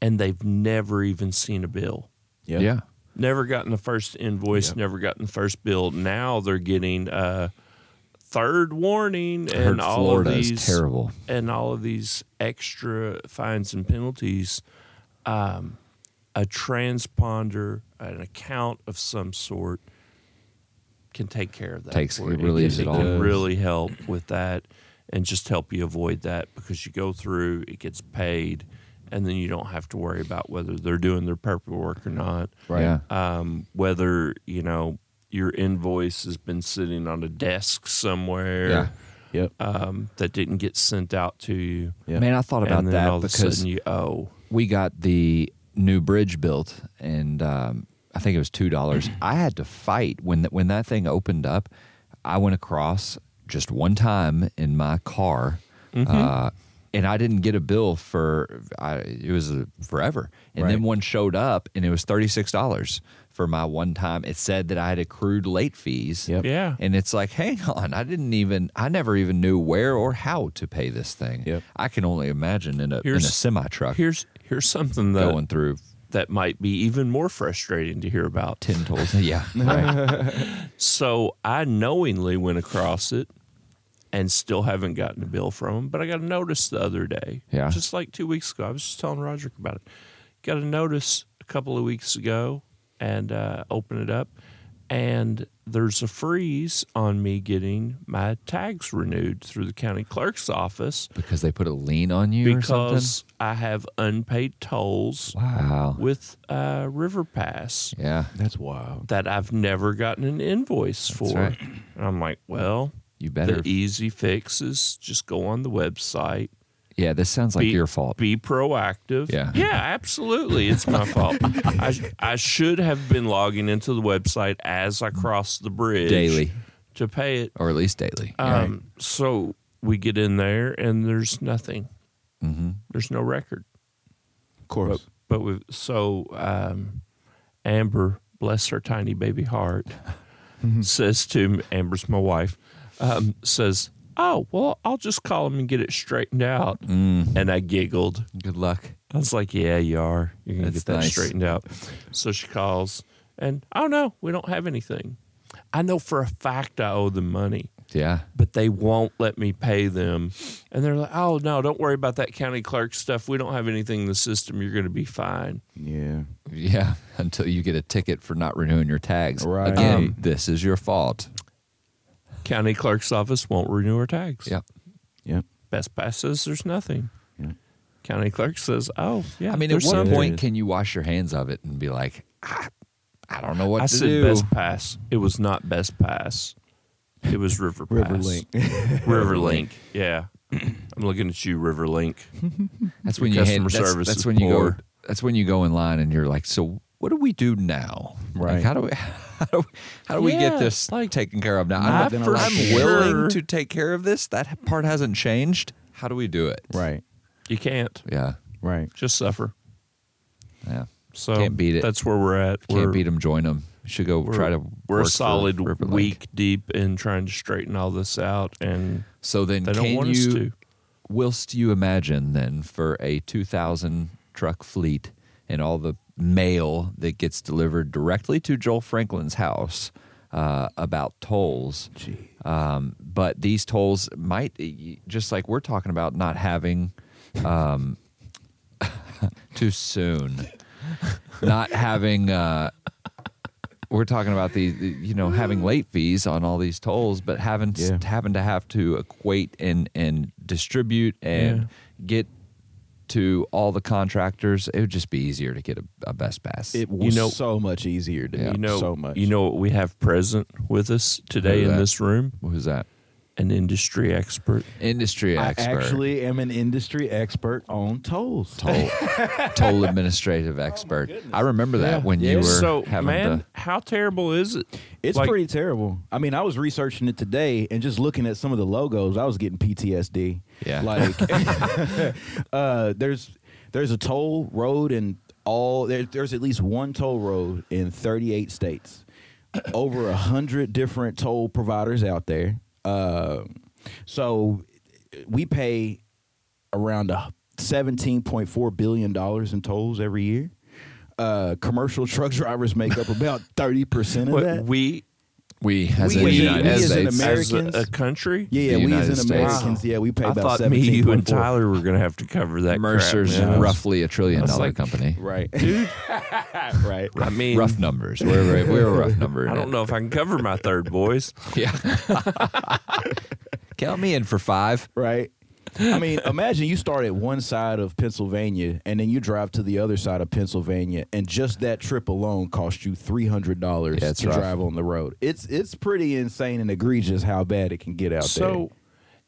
Speaker 2: and they've never even seen a bill.
Speaker 1: Yeah.
Speaker 2: Never gotten the first invoice, never gotten the first bill. Now they're getting uh, third warning
Speaker 1: I heard
Speaker 2: and all
Speaker 1: Florida
Speaker 2: of these
Speaker 1: is terrible.
Speaker 2: and all of these extra fines and penalties, um, a transponder, an account of some sort, can take care of that.
Speaker 1: Takes-
Speaker 2: for
Speaker 1: it
Speaker 2: you.
Speaker 1: really
Speaker 2: It
Speaker 1: is
Speaker 2: can-
Speaker 1: it
Speaker 2: it can
Speaker 1: all.
Speaker 2: really help with that, and just help you avoid that because you go through, it gets paid, and then you don't have to worry about whether they're doing their paperwork or not
Speaker 1: Right. Yeah.
Speaker 2: um, whether you know your invoice has been sitting on a desk somewhere
Speaker 1: Yeah.
Speaker 3: Yep.
Speaker 2: um, that didn't get sent out to you.
Speaker 3: Yeah.
Speaker 1: Man, I thought about
Speaker 2: and then
Speaker 1: that
Speaker 2: all of a
Speaker 1: because
Speaker 2: sudden you oh, owe.
Speaker 1: we got the new bridge built, and um, I think it was two dollars. I had to fight when that when that thing opened up. I went across just one time in my car,
Speaker 3: Mm-hmm.
Speaker 1: uh, and I didn't get a bill for I, it was uh, forever. And
Speaker 3: Right.
Speaker 1: then one showed up, and it was thirty six dollars for my one time. It said that I had accrued late fees.
Speaker 3: Yep.
Speaker 2: Yeah.
Speaker 1: And it's like, hang on, I didn't even, I never even knew where or how to pay this thing.
Speaker 3: Yep.
Speaker 1: I can only imagine in a in a
Speaker 2: Here's-
Speaker 1: semi truck
Speaker 2: Here's here's something that
Speaker 1: going through
Speaker 2: that might be even more frustrating to hear about.
Speaker 1: ten tolls. yeah, right.
Speaker 2: So I knowingly went across it and still haven't gotten a bill from them. But I got a notice the other day.
Speaker 1: Yeah.
Speaker 2: Just like two weeks ago. I was just telling Roger about it. Got a notice a couple of weeks ago and uh, open it up. And there's a freeze on me getting my tags renewed through the county clerk's office
Speaker 1: Because they put a lien on you or something.
Speaker 2: because I have unpaid tolls
Speaker 1: Wow.
Speaker 2: with uh, River Pass
Speaker 1: yeah,
Speaker 3: That's wild.
Speaker 2: that I've never gotten an invoice for.
Speaker 1: right.
Speaker 2: And I'm like, well,
Speaker 1: you better.
Speaker 2: the e easy fix is just go on the website.
Speaker 1: yeah, this sounds like
Speaker 2: be,
Speaker 1: your fault.
Speaker 2: Be proactive.
Speaker 1: Yeah.
Speaker 2: Yeah, absolutely. It's my fault. I, sh- I should have been logging into the website as I crossed the bridge
Speaker 1: Daily.
Speaker 2: to pay it.
Speaker 1: or at least daily.
Speaker 2: Um, So we get in there and there's nothing,
Speaker 1: mm-hmm.
Speaker 2: there's no record.
Speaker 3: Of course.
Speaker 2: But we so um, Amber, bless her tiny baby heart,
Speaker 1: Mm-hmm.
Speaker 2: says to me, Amber's my wife, um, says, "Oh well, I'll just call him and get it straightened out."
Speaker 1: Mm-hmm.
Speaker 2: And I giggled.
Speaker 1: Good luck.
Speaker 2: I was like, "Yeah, you are. You're gonna
Speaker 1: That's
Speaker 2: get that
Speaker 1: nice.
Speaker 2: straightened out." So she calls, and oh no, we don't have anything. I know for a fact I owe them money
Speaker 1: Yeah.
Speaker 2: but they won't let me pay them. And they're like, oh, no, don't worry about that county clerk stuff. We don't have anything in the system. You're going to be fine.
Speaker 3: yeah.
Speaker 1: Yeah, until you get a ticket for not renewing your tags.
Speaker 3: Right.
Speaker 1: Again,
Speaker 2: Um,
Speaker 1: this is your fault.
Speaker 2: County clerk's office won't renew our tags.
Speaker 1: Yep.
Speaker 3: Yep.
Speaker 2: Best Buy says there's nothing.
Speaker 3: Yeah.
Speaker 2: County clerk says, oh, yeah.
Speaker 1: I mean, at
Speaker 2: there's
Speaker 1: what
Speaker 2: something.
Speaker 1: point
Speaker 3: There is.
Speaker 1: can you wash your hands of it and be like, I, I don't know what
Speaker 2: I
Speaker 1: to
Speaker 2: said
Speaker 1: do?
Speaker 2: Best Pass. It was not Best Pass. It was River Pass. Riverlink. Yeah. I'm looking at you, Riverlink.
Speaker 1: That's
Speaker 2: Your
Speaker 1: when you hit,
Speaker 2: customer
Speaker 1: that's,
Speaker 2: service
Speaker 1: that's
Speaker 2: is
Speaker 1: when you go.
Speaker 2: poor.
Speaker 1: That's when you go in line, and you're like, "So what do we do now?
Speaker 3: Right.
Speaker 1: Like, how do we? How do we, how do we
Speaker 2: Yeah,
Speaker 1: get this
Speaker 2: like,
Speaker 1: taken care of now?
Speaker 2: I
Speaker 1: I'm,
Speaker 2: for
Speaker 1: I'm
Speaker 2: sure-
Speaker 1: willing to take care of this. That part hasn't changed. How do we do it?
Speaker 3: Right.
Speaker 2: You can't.
Speaker 1: Yeah.
Speaker 3: Right.
Speaker 2: Just suffer.
Speaker 1: Yeah.
Speaker 2: So
Speaker 1: Can't beat it.
Speaker 2: That's where we're at.
Speaker 1: Can't
Speaker 2: We're-
Speaker 1: beat them. Join them. Should go
Speaker 2: we're,
Speaker 1: try to.
Speaker 2: we're
Speaker 1: work
Speaker 2: a
Speaker 1: for
Speaker 2: solid
Speaker 1: Riverlink.
Speaker 2: week deep in trying to straighten all this out and
Speaker 1: So then,
Speaker 2: they
Speaker 1: can
Speaker 2: don't want
Speaker 1: you?
Speaker 2: us to
Speaker 1: Whilst you imagine then for a 2,000 truck fleet and all the mail that gets delivered directly to Joel Franklin's house uh, about tolls, um, but these tolls might just like we're talking about not having um, too soon, not having. Uh, we're talking about the, the- you know having late fees on all these tolls, but having
Speaker 3: Yeah.
Speaker 1: having to have to equate and and distribute and
Speaker 2: Yeah.
Speaker 1: get to all the contractors. It would just be easier to get a, a best pass.
Speaker 3: It was
Speaker 2: know-
Speaker 3: so much easier to
Speaker 1: Yeah.
Speaker 2: you know
Speaker 3: so much.
Speaker 2: you know what we have present with us today
Speaker 1: Who's
Speaker 2: in
Speaker 1: that?
Speaker 2: this room
Speaker 1: Who's that?
Speaker 2: an industry expert
Speaker 1: Industry
Speaker 3: I
Speaker 1: expert,
Speaker 3: actually am an industry expert on tolls.
Speaker 1: toll, toll administrative expert.
Speaker 2: Oh
Speaker 1: I remember that when you
Speaker 3: Yeah.
Speaker 1: were
Speaker 2: so
Speaker 1: having
Speaker 2: man
Speaker 1: the
Speaker 2: how terrible is it
Speaker 3: It's
Speaker 2: Like,
Speaker 3: pretty terrible. I mean, I was researching it today and just looking at some of the logos, I was getting PTSD.
Speaker 1: Yeah.
Speaker 3: Like uh there's there's a toll road in all there, there's at least one toll road in 38 states. Over a hundred different toll providers out there. Uh, so we pay around a $17.4 billion in tolls every year. uh, commercial truck drivers make up about thirty percent of
Speaker 2: What,
Speaker 3: that.
Speaker 2: we
Speaker 5: We as
Speaker 3: We
Speaker 5: a
Speaker 3: as a-
Speaker 5: United
Speaker 3: we as an
Speaker 5: States.
Speaker 3: Ameri-
Speaker 2: as a,
Speaker 3: Americans?
Speaker 2: a country.
Speaker 3: yeah, yeah,
Speaker 5: the
Speaker 3: we
Speaker 5: United
Speaker 3: as
Speaker 5: States.
Speaker 3: in Americans, yeah, we pay
Speaker 2: I
Speaker 3: about
Speaker 2: thought me,
Speaker 3: seventeen
Speaker 2: you, and
Speaker 3: point four.
Speaker 2: Tyler were going to have to cover that. crap,
Speaker 5: Mercer's
Speaker 2: man.
Speaker 5: roughly a trillion
Speaker 2: That's
Speaker 5: dollar
Speaker 2: like-
Speaker 5: company.
Speaker 3: Right, dude. right.
Speaker 2: I mean,
Speaker 5: Rough numbers. We're, we're, we're a rough number. in
Speaker 2: I
Speaker 5: it.
Speaker 2: don't know if I can cover my third boys.
Speaker 5: Yeah. Count me in for five.
Speaker 3: right? I mean, imagine you start at one side of Pennsylvania and then you drive to the other side of Pennsylvania, and just that trip alone cost you three hundred dollars
Speaker 5: Yeah, it's
Speaker 3: to
Speaker 5: rough.
Speaker 3: drive on the road. It's it's pretty insane and egregious how bad it can get out
Speaker 2: so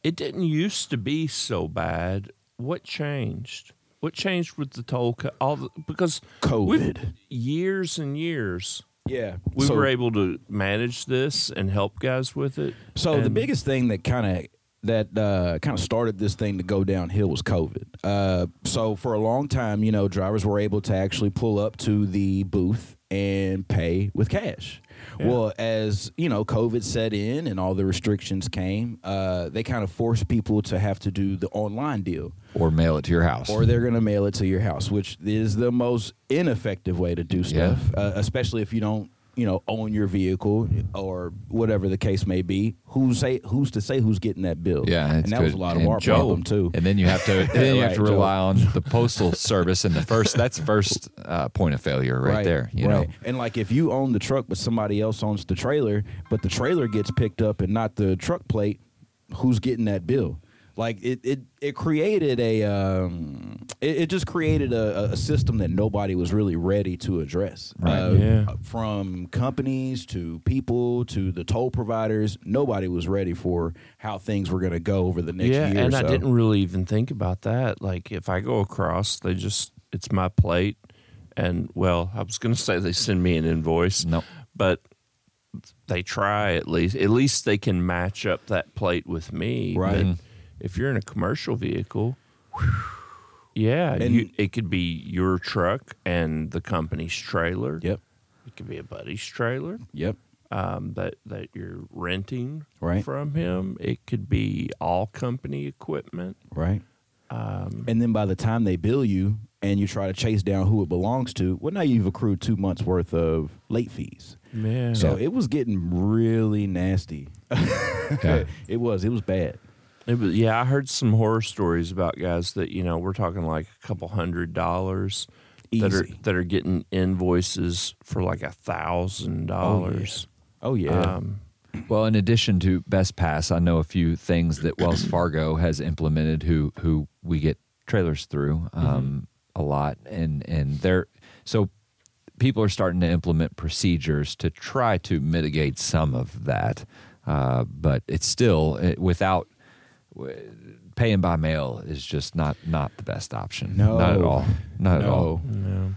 Speaker 2: it didn't used to be so bad. What changed? What changed with the toll? Co- all the, because we've-
Speaker 3: COVID.
Speaker 2: years and years,
Speaker 3: there. Yeah,
Speaker 2: we
Speaker 3: so,
Speaker 2: were able to manage this and help guys with it.
Speaker 3: So the
Speaker 2: And
Speaker 3: biggest thing that kind of that uh, kind of started this thing to go downhill was COVID. Uh, so for a long time, you know, drivers were able to actually pull up to the booth and pay with cash. Well, as you know, COVID set in and all the restrictions came, uh, they kind of forced people to have to do the online deal
Speaker 5: Or mail it to your house.
Speaker 3: or they're going to mail it to your house, which is the most ineffective way to do
Speaker 5: Yeah.
Speaker 3: stuff, uh, especially if you don't, you know, own your vehicle or whatever the case may be. Who's say who's to say who's getting that bill?
Speaker 5: yeah,
Speaker 3: and
Speaker 5: it's
Speaker 3: that was a
Speaker 5: good.
Speaker 3: lot of
Speaker 5: And
Speaker 3: our
Speaker 5: Joe-
Speaker 3: problem too.
Speaker 5: And then you have to then you have
Speaker 3: Right,
Speaker 5: to
Speaker 3: Joe.
Speaker 5: rely on the postal service and the first that's first uh, point of failure right, there. You
Speaker 3: right.
Speaker 5: know,
Speaker 3: and like if you own the truck, but somebody else owns the trailer, but the trailer gets picked up and not the truck plate, who's getting that bill? Like it, it, it created a, um, it, it just created a, a- a system that nobody was really ready to address. Uh,
Speaker 5: Right.
Speaker 2: Yeah.
Speaker 3: From companies to people to the toll providers, nobody was ready for how things were going to go over the next
Speaker 2: yeah,
Speaker 3: year. or
Speaker 2: and I
Speaker 3: so.
Speaker 2: didn't really even think about that. Like if I go across, they just it's my plate, and well, I was going to say they send me an invoice.
Speaker 5: No.
Speaker 2: but they try at least. At least they can match up that plate with me.
Speaker 3: Right. Mm-hmm.
Speaker 2: But If you're in a commercial vehicle. Yeah,
Speaker 3: And-
Speaker 2: you, it could be your truck and the company's trailer.
Speaker 3: Yep.
Speaker 2: It could be a buddy's trailer
Speaker 3: Yep.
Speaker 2: um, that that you're renting
Speaker 3: Right.
Speaker 2: from him. It could be all company equipment.
Speaker 3: Right. and then by the time they bill you and you try to chase down who it belongs to, well, now you've accrued two months worth of late fees.
Speaker 2: Man,
Speaker 3: So it was getting really nasty.
Speaker 5: yeah.
Speaker 3: It was. It was bad.
Speaker 2: It was, yeah, I heard some horror stories about guys that you know we're talking like a couple hundred dollars that are
Speaker 3: Easy.
Speaker 2: that are getting invoices for like a thousand dollars.
Speaker 3: Oh yeah.
Speaker 2: Um,
Speaker 5: Well, in addition to Best Pass, I know a few things that Wells Fargo has implemented. Who who we get trailers through
Speaker 3: Mm-hmm.
Speaker 5: um, a lot, and and they're so people are starting to implement procedures to try to mitigate some of that. Uh, but it's still it, without w- paying by mail is just not not the best option.
Speaker 3: No.
Speaker 5: not at all. Not at
Speaker 3: No.
Speaker 5: all.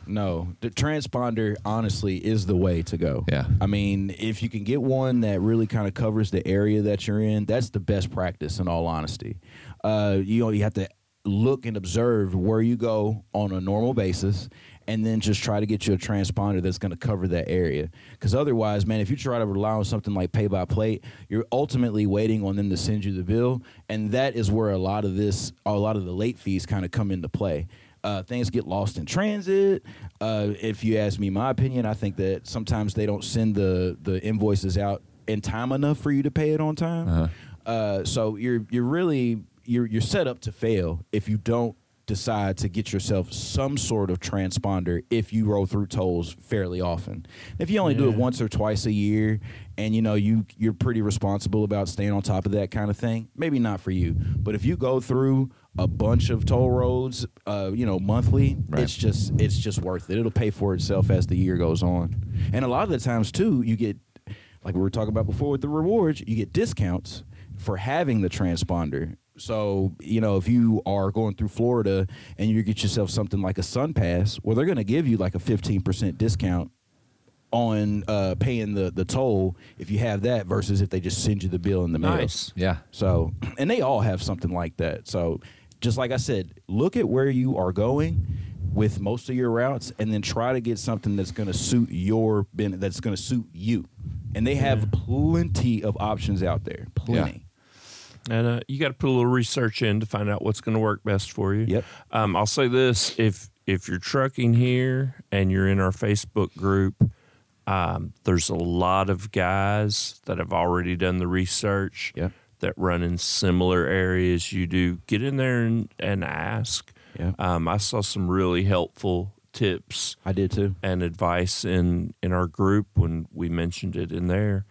Speaker 3: No, the transponder honestly is the way to go.
Speaker 5: Yeah.
Speaker 3: I mean, if you can get one that really kind of covers the area that you're in, that's the best practice in all honesty. Uh, you know, you have to look and observe where you go on a normal basis and then just try to get you a transponder that's going to cover that area because otherwise man if you try to rely on something like pay by plate you're ultimately waiting on them to send you the bill and that is where a lot of this a lot of the late fees kind of come into play uh, things get lost in transit. Uh, if you ask me my opinion, I think that sometimes they don't send the the invoices out in time enough for you to pay it on time. uh so you're you're really you're you're set up to fail if you don't decide to get yourself some sort of transponder if you roll through tolls fairly often. If you only do it
Speaker 2: Yeah.
Speaker 3: once or twice a year and you know you you're pretty responsible about staying on top of that kind of thing, maybe not for you. But if you go through a bunch of toll roads, uh, you know, monthly,
Speaker 5: Right.
Speaker 3: it's just it's just worth it. It'll pay for itself as the year goes on. And a lot of the times too, you get like we were talking about before with the rewards, you get discounts for having the transponder. So, you know, if you are going through Florida and you get yourself something like a Sun Pass, well they're going to give you like a 15% discount on uh, paying the the toll if you have that versus if they just send you the bill in the mail.
Speaker 2: nice.
Speaker 5: Yeah.
Speaker 3: So, and they all have something like that. So, just like I said, look at where you are going with most of your routes, and then try to get something that's going to suit your ben- that's going to suit you. And they have plenty of options out there. Plenty.
Speaker 2: And uh, you got to put a little research in to find out what's going to work best for you.
Speaker 3: Yep.
Speaker 2: Um, I'll say this: if if you're trucking here and you're in our Facebook group, um, there's a lot of guys that have already done the research
Speaker 3: Yeah.
Speaker 2: that run in similar areas you do. Get in there and, and ask.
Speaker 3: Yeah.
Speaker 2: Um, I saw some really helpful tips
Speaker 3: I did too.
Speaker 2: and advice in in our group when we mentioned it in there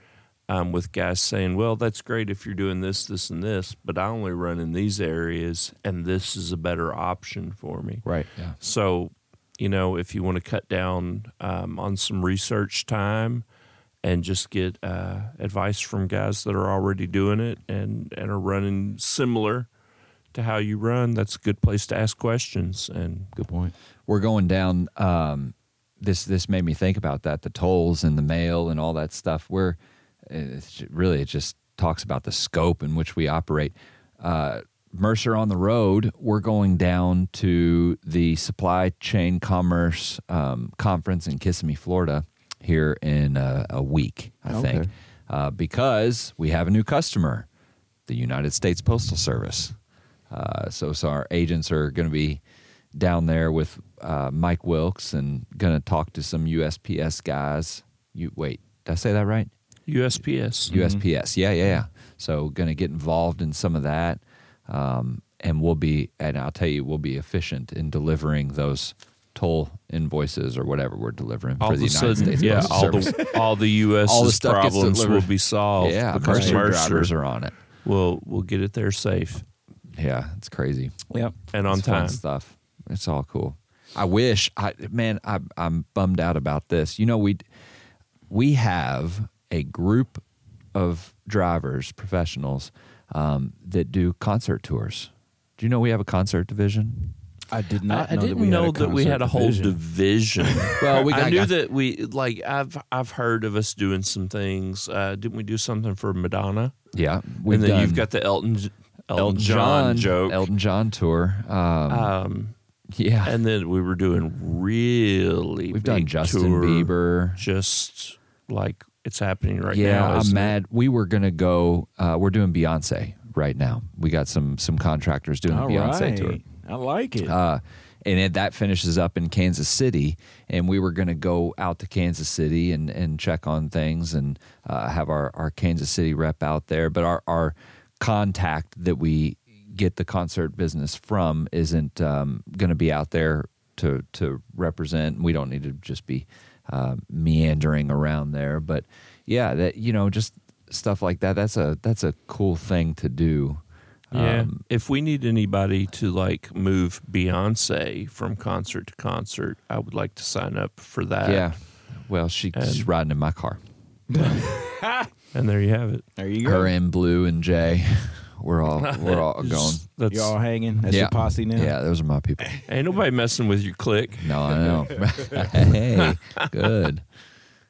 Speaker 2: um, with guys saying well that's great if you're doing this this and this but i only run in these areas and this is a better option for me
Speaker 3: Right.
Speaker 2: so you know if you want to cut down um, on some research time and just get uh, advice from guys that are already doing it and and are running similar to how you run that's a good place to ask questions and
Speaker 3: Good point.
Speaker 1: we're going down um this this made me think about that the tolls and the mail and all that stuff where uh, it's ju- really it just talks about the scope in which we operate uh mercer on the road we're going down to the supply chain commerce um, conference in kissimmee florida here in uh, a, a week i think
Speaker 3: Okay.
Speaker 1: uh, because we have a new customer the united states postal service uh, so, so our agents are going to be down there with uh, Mike Wilkes and going to talk to some USPS guys. You wait, did I say that right?
Speaker 2: usps
Speaker 1: USPS, yeah, yeah, yeah. So, going to get involved in some of that, um, and we'll be, and I'll tell you, we'll be efficient in delivering those toll invoices or whatever we're delivering for the United States Postal
Speaker 2: all
Speaker 1: Service.
Speaker 2: the all the U.S.
Speaker 1: All the stuff gets
Speaker 2: problems will
Speaker 1: delivered.
Speaker 2: be solved.
Speaker 1: yeah,
Speaker 2: because
Speaker 1: Mercer drivers
Speaker 2: Mercer
Speaker 1: are on it.
Speaker 2: will will get it there safe
Speaker 1: Yeah, it's crazy.
Speaker 3: Yep.
Speaker 2: and on
Speaker 1: It's fun
Speaker 2: time.
Speaker 1: stuff. It's all cool. I wish I man, I I'm bummed out about this. You know, we we have a group of drivers, professionals, um, that do concert tours. Do you know we have a concert division?
Speaker 3: I did
Speaker 2: I,
Speaker 3: not.
Speaker 2: I
Speaker 3: know
Speaker 2: didn't know that we had a whole
Speaker 3: concert division.
Speaker 2: division.
Speaker 1: Well, we
Speaker 2: I
Speaker 1: got-
Speaker 2: knew
Speaker 1: got-
Speaker 2: that we like I've I've heard of us doing some things. Uh, didn't we do something for Madonna?
Speaker 1: Yeah.
Speaker 2: and then you've got the Elton J- Elton, John, joke.
Speaker 1: Elton John tour. Um,
Speaker 2: um,
Speaker 1: yeah.
Speaker 2: and then we were doing really
Speaker 1: We've done
Speaker 2: big
Speaker 1: Justin
Speaker 2: tour,
Speaker 1: Bieber.
Speaker 2: just like it's happening right
Speaker 1: yeah,
Speaker 2: now.
Speaker 1: I'm
Speaker 2: isn't it?
Speaker 1: mad. We were gonna go. Uh, we're doing Beyonce right now. We got some some contractors doing
Speaker 3: All
Speaker 1: a Beyonce tour.
Speaker 3: right. I like it.
Speaker 1: Uh, and it, that finishes up in Kansas City. And we were going to go out to Kansas City and, and check on things and uh, have our, our Kansas City rep out there. But our, our contact that we get the concert business from isn't um, going to be out there to, to represent. We don't need to just be uh, meandering around there. But yeah, that, you know, just stuff like that. That's a, that's a cool thing to do. Um,
Speaker 2: Yeah. Um, if we need anybody to like move Beyonce from concert to concert, I would like to sign up for that.
Speaker 1: Yeah. Well, she, she's riding in my car.
Speaker 2: And there you have it.
Speaker 3: there you
Speaker 1: her
Speaker 3: go.
Speaker 1: and Blue and Jay. We're all we're all going.
Speaker 2: That's
Speaker 3: You're all hanging. That's your posse now.
Speaker 1: Yeah, those are my people.
Speaker 2: ain't nobody messing with your clique.
Speaker 1: No, I know. hey, good.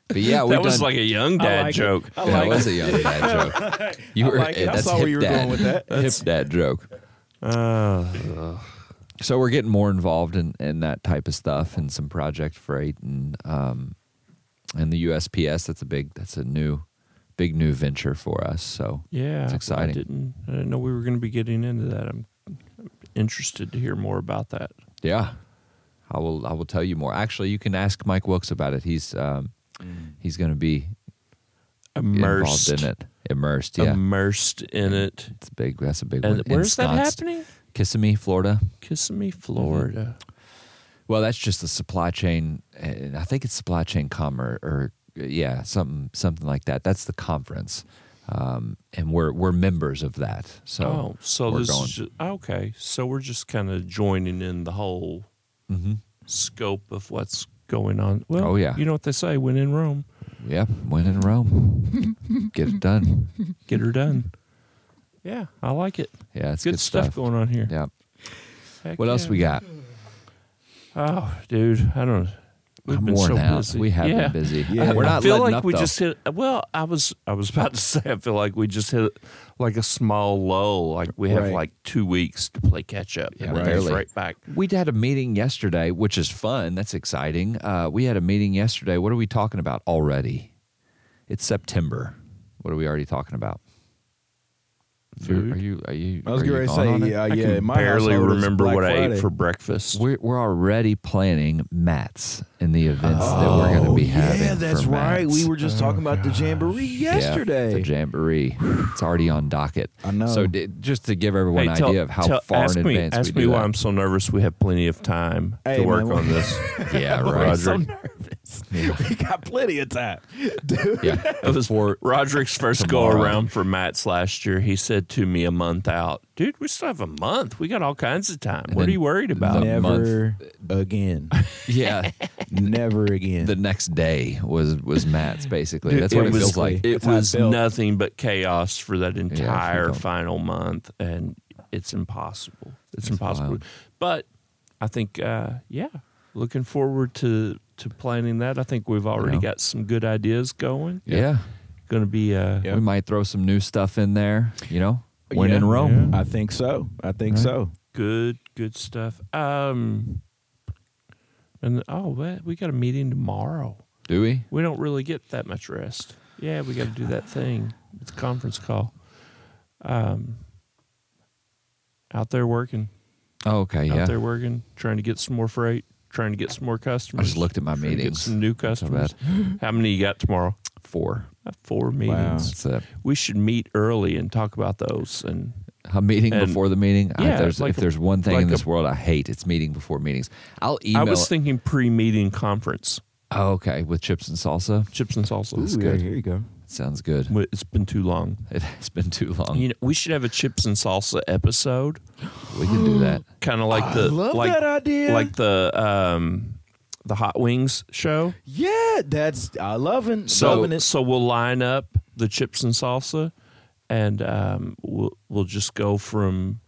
Speaker 1: But yeah, we
Speaker 2: that was
Speaker 1: done,
Speaker 2: like a young
Speaker 3: I
Speaker 2: dad
Speaker 3: like it.
Speaker 2: joke.
Speaker 3: I
Speaker 1: yeah,
Speaker 3: like
Speaker 1: it was a young dad joke. You
Speaker 3: I
Speaker 1: were
Speaker 3: like it. I
Speaker 1: that's
Speaker 3: saw where
Speaker 1: hip
Speaker 3: you were
Speaker 1: dad.
Speaker 3: going with that.
Speaker 1: Hip dad joke.
Speaker 2: Uh,
Speaker 1: so we're getting more involved in, in that type of stuff and some project freight and um and the USPS. That's a big. That's a new, big new venture for us. So
Speaker 2: Yeah,
Speaker 1: It's
Speaker 2: I
Speaker 1: exciting.
Speaker 2: didn't, I didn't know we were going to be getting into that. I'm, I'm interested to hear more about that.
Speaker 1: Yeah, I will. I will tell you more. Actually, you can ask Mike Wilkes about it. He's um, he's going to be
Speaker 2: Mm. Immersed
Speaker 1: involved in it. Immersed. Yeah,
Speaker 2: immersed in it.
Speaker 1: it's big. That's a big
Speaker 2: And
Speaker 1: one.
Speaker 2: where's that
Speaker 1: Ensconced.
Speaker 2: happening?
Speaker 1: Kissimmee, Florida.
Speaker 2: Kissimmee, Florida.
Speaker 1: Well, that's just the supply chain. And I think it's supply chain commerce or yeah, something something like that. That's the conference, um, and we're we're members of that. So
Speaker 2: oh, so
Speaker 1: we're
Speaker 2: this
Speaker 1: going.
Speaker 2: is ju- okay. So we're just kind of joining in the whole
Speaker 1: mm-hmm.
Speaker 2: scope of what's going on. Well,
Speaker 1: Oh, yeah.
Speaker 2: You know what they say: when in Rome,
Speaker 1: yep, win in Rome. Get it done.
Speaker 2: get her done. yeah, I like it.
Speaker 1: Yeah, it's
Speaker 2: Good, stuff. going on here.
Speaker 1: Yep.
Speaker 2: Heck
Speaker 1: What else
Speaker 2: yeah.
Speaker 1: we got?
Speaker 2: Oh, dude, I don't. We've
Speaker 1: I'm
Speaker 2: been
Speaker 1: worn
Speaker 2: so
Speaker 1: out.
Speaker 2: busy.
Speaker 1: We have
Speaker 2: Yeah.
Speaker 1: been busy.
Speaker 3: Yeah.
Speaker 1: We're
Speaker 2: I
Speaker 1: not
Speaker 2: feel
Speaker 1: letting
Speaker 2: like
Speaker 1: up,
Speaker 2: we
Speaker 1: though.
Speaker 2: just hit. Well, I was I was about to say I feel like we just hit like a small lull. Like we have
Speaker 3: Right.
Speaker 2: like two weeks to play catch up.
Speaker 1: Yeah,
Speaker 2: and then it's
Speaker 1: barely.
Speaker 2: right back.
Speaker 1: We had a meeting yesterday, which is fun. That's exciting. Uh, we had a meeting yesterday. What are we talking about already? It's September. What are we already talking about?
Speaker 2: Food?
Speaker 1: Are you? Are you?
Speaker 3: I was
Speaker 1: are you
Speaker 3: getting ready
Speaker 1: gone
Speaker 3: to
Speaker 1: on
Speaker 3: say, uh,
Speaker 1: it?
Speaker 3: yeah,
Speaker 2: I
Speaker 3: yeah.
Speaker 2: can
Speaker 3: in my
Speaker 2: barely
Speaker 3: household, it's
Speaker 2: remember
Speaker 3: Black
Speaker 2: what I
Speaker 3: Friday.
Speaker 2: ate for breakfast.
Speaker 1: We're, we're already planning mats in the events that we're going to be having.
Speaker 3: Oh, Yeah,
Speaker 1: for
Speaker 3: that's right.
Speaker 1: mats.
Speaker 3: We were just talking about the jamboree
Speaker 1: Yeah,
Speaker 3: yesterday.
Speaker 1: the jamboree. It's already on docket.
Speaker 3: I know.
Speaker 1: So d- just to give everyone
Speaker 2: Hey,
Speaker 1: an
Speaker 2: tell-
Speaker 1: idea of how
Speaker 2: tell-
Speaker 1: far
Speaker 2: ask
Speaker 1: in
Speaker 2: me,
Speaker 1: advance
Speaker 2: Ask
Speaker 1: we
Speaker 2: me
Speaker 1: do
Speaker 2: why
Speaker 1: that.
Speaker 2: I'm so nervous. We have plenty of time
Speaker 3: Hey,
Speaker 2: to
Speaker 3: man,
Speaker 2: work
Speaker 3: we-
Speaker 2: on this.
Speaker 1: yeah,
Speaker 3: I'm
Speaker 1: right.
Speaker 3: so
Speaker 2: Roderick.
Speaker 3: nervous. We got plenty of time, dude.
Speaker 1: yeah.
Speaker 2: That was Roderick's first go
Speaker 1: Tomorrow.
Speaker 2: around for Matt's last year. He said to me a month out, dude, we still have a month. We got all kinds of time. what are
Speaker 1: then
Speaker 2: you worried about?
Speaker 1: the-
Speaker 3: Never again.
Speaker 1: Yeah.
Speaker 3: Never again.
Speaker 1: The next day was was Matt's basically. that's what it,
Speaker 2: was,
Speaker 1: feels like.
Speaker 2: It
Speaker 3: That's how it
Speaker 2: was
Speaker 3: felt.
Speaker 2: nothing but chaos for that entire
Speaker 1: felt-
Speaker 2: final month, and it's impossible. It's, impossible.
Speaker 1: wild.
Speaker 2: But I think, uh, yeah, looking forward to to planning that. I think we've already
Speaker 1: Yeah.
Speaker 2: got some good ideas going.
Speaker 1: Yeah.
Speaker 2: going to be uh,
Speaker 3: Yeah.
Speaker 1: We might throw some new stuff in there, you know?
Speaker 2: Oh,
Speaker 1: When
Speaker 3: Yeah.
Speaker 1: in Rome.
Speaker 3: I think so. I think so.
Speaker 2: good, good stuff. Um, and oh, we- we got a meeting tomorrow.
Speaker 1: Do we?
Speaker 2: We don't really get that much rest. Yeah, we got to do that thing. It's a conference call. Um, out there working,
Speaker 1: Oh, okay.
Speaker 2: out there
Speaker 1: Yeah.
Speaker 2: working, trying to get some more freight, trying to get some more
Speaker 1: I
Speaker 2: customers.
Speaker 1: just looked at my
Speaker 2: trying to get
Speaker 1: meetings.
Speaker 2: some new customers. How many you got tomorrow?
Speaker 1: Four.
Speaker 2: Uh, Four meetings.
Speaker 1: That's it.
Speaker 2: We should meet early and talk about those. And
Speaker 1: A meeting
Speaker 2: And-
Speaker 1: before the meeting. I-
Speaker 2: yeah,
Speaker 1: there's,
Speaker 2: like
Speaker 1: if
Speaker 2: a-
Speaker 1: there's one thing
Speaker 2: like
Speaker 1: in this
Speaker 2: a-
Speaker 1: world I hate, it's meeting before meetings. I'll email.
Speaker 2: I was thinking pre-meeting conference,
Speaker 1: oh, okay, with chips and salsa.
Speaker 2: chips and salsa.
Speaker 1: That's
Speaker 3: Ooh, yeah,
Speaker 1: good.
Speaker 3: here you go.
Speaker 1: Sounds good.
Speaker 2: Well, It's been too long.
Speaker 1: It has been too long.
Speaker 2: You know, we should have a chips and salsa episode,
Speaker 1: we can do that.
Speaker 2: kind of like the
Speaker 3: Oh, love
Speaker 2: like
Speaker 3: that idea.
Speaker 2: like the um the hot wings show.
Speaker 3: Yeah, that's I loving
Speaker 2: So
Speaker 3: loving it.
Speaker 2: so we'll line up the chips and salsa, and um we'll we'll just go from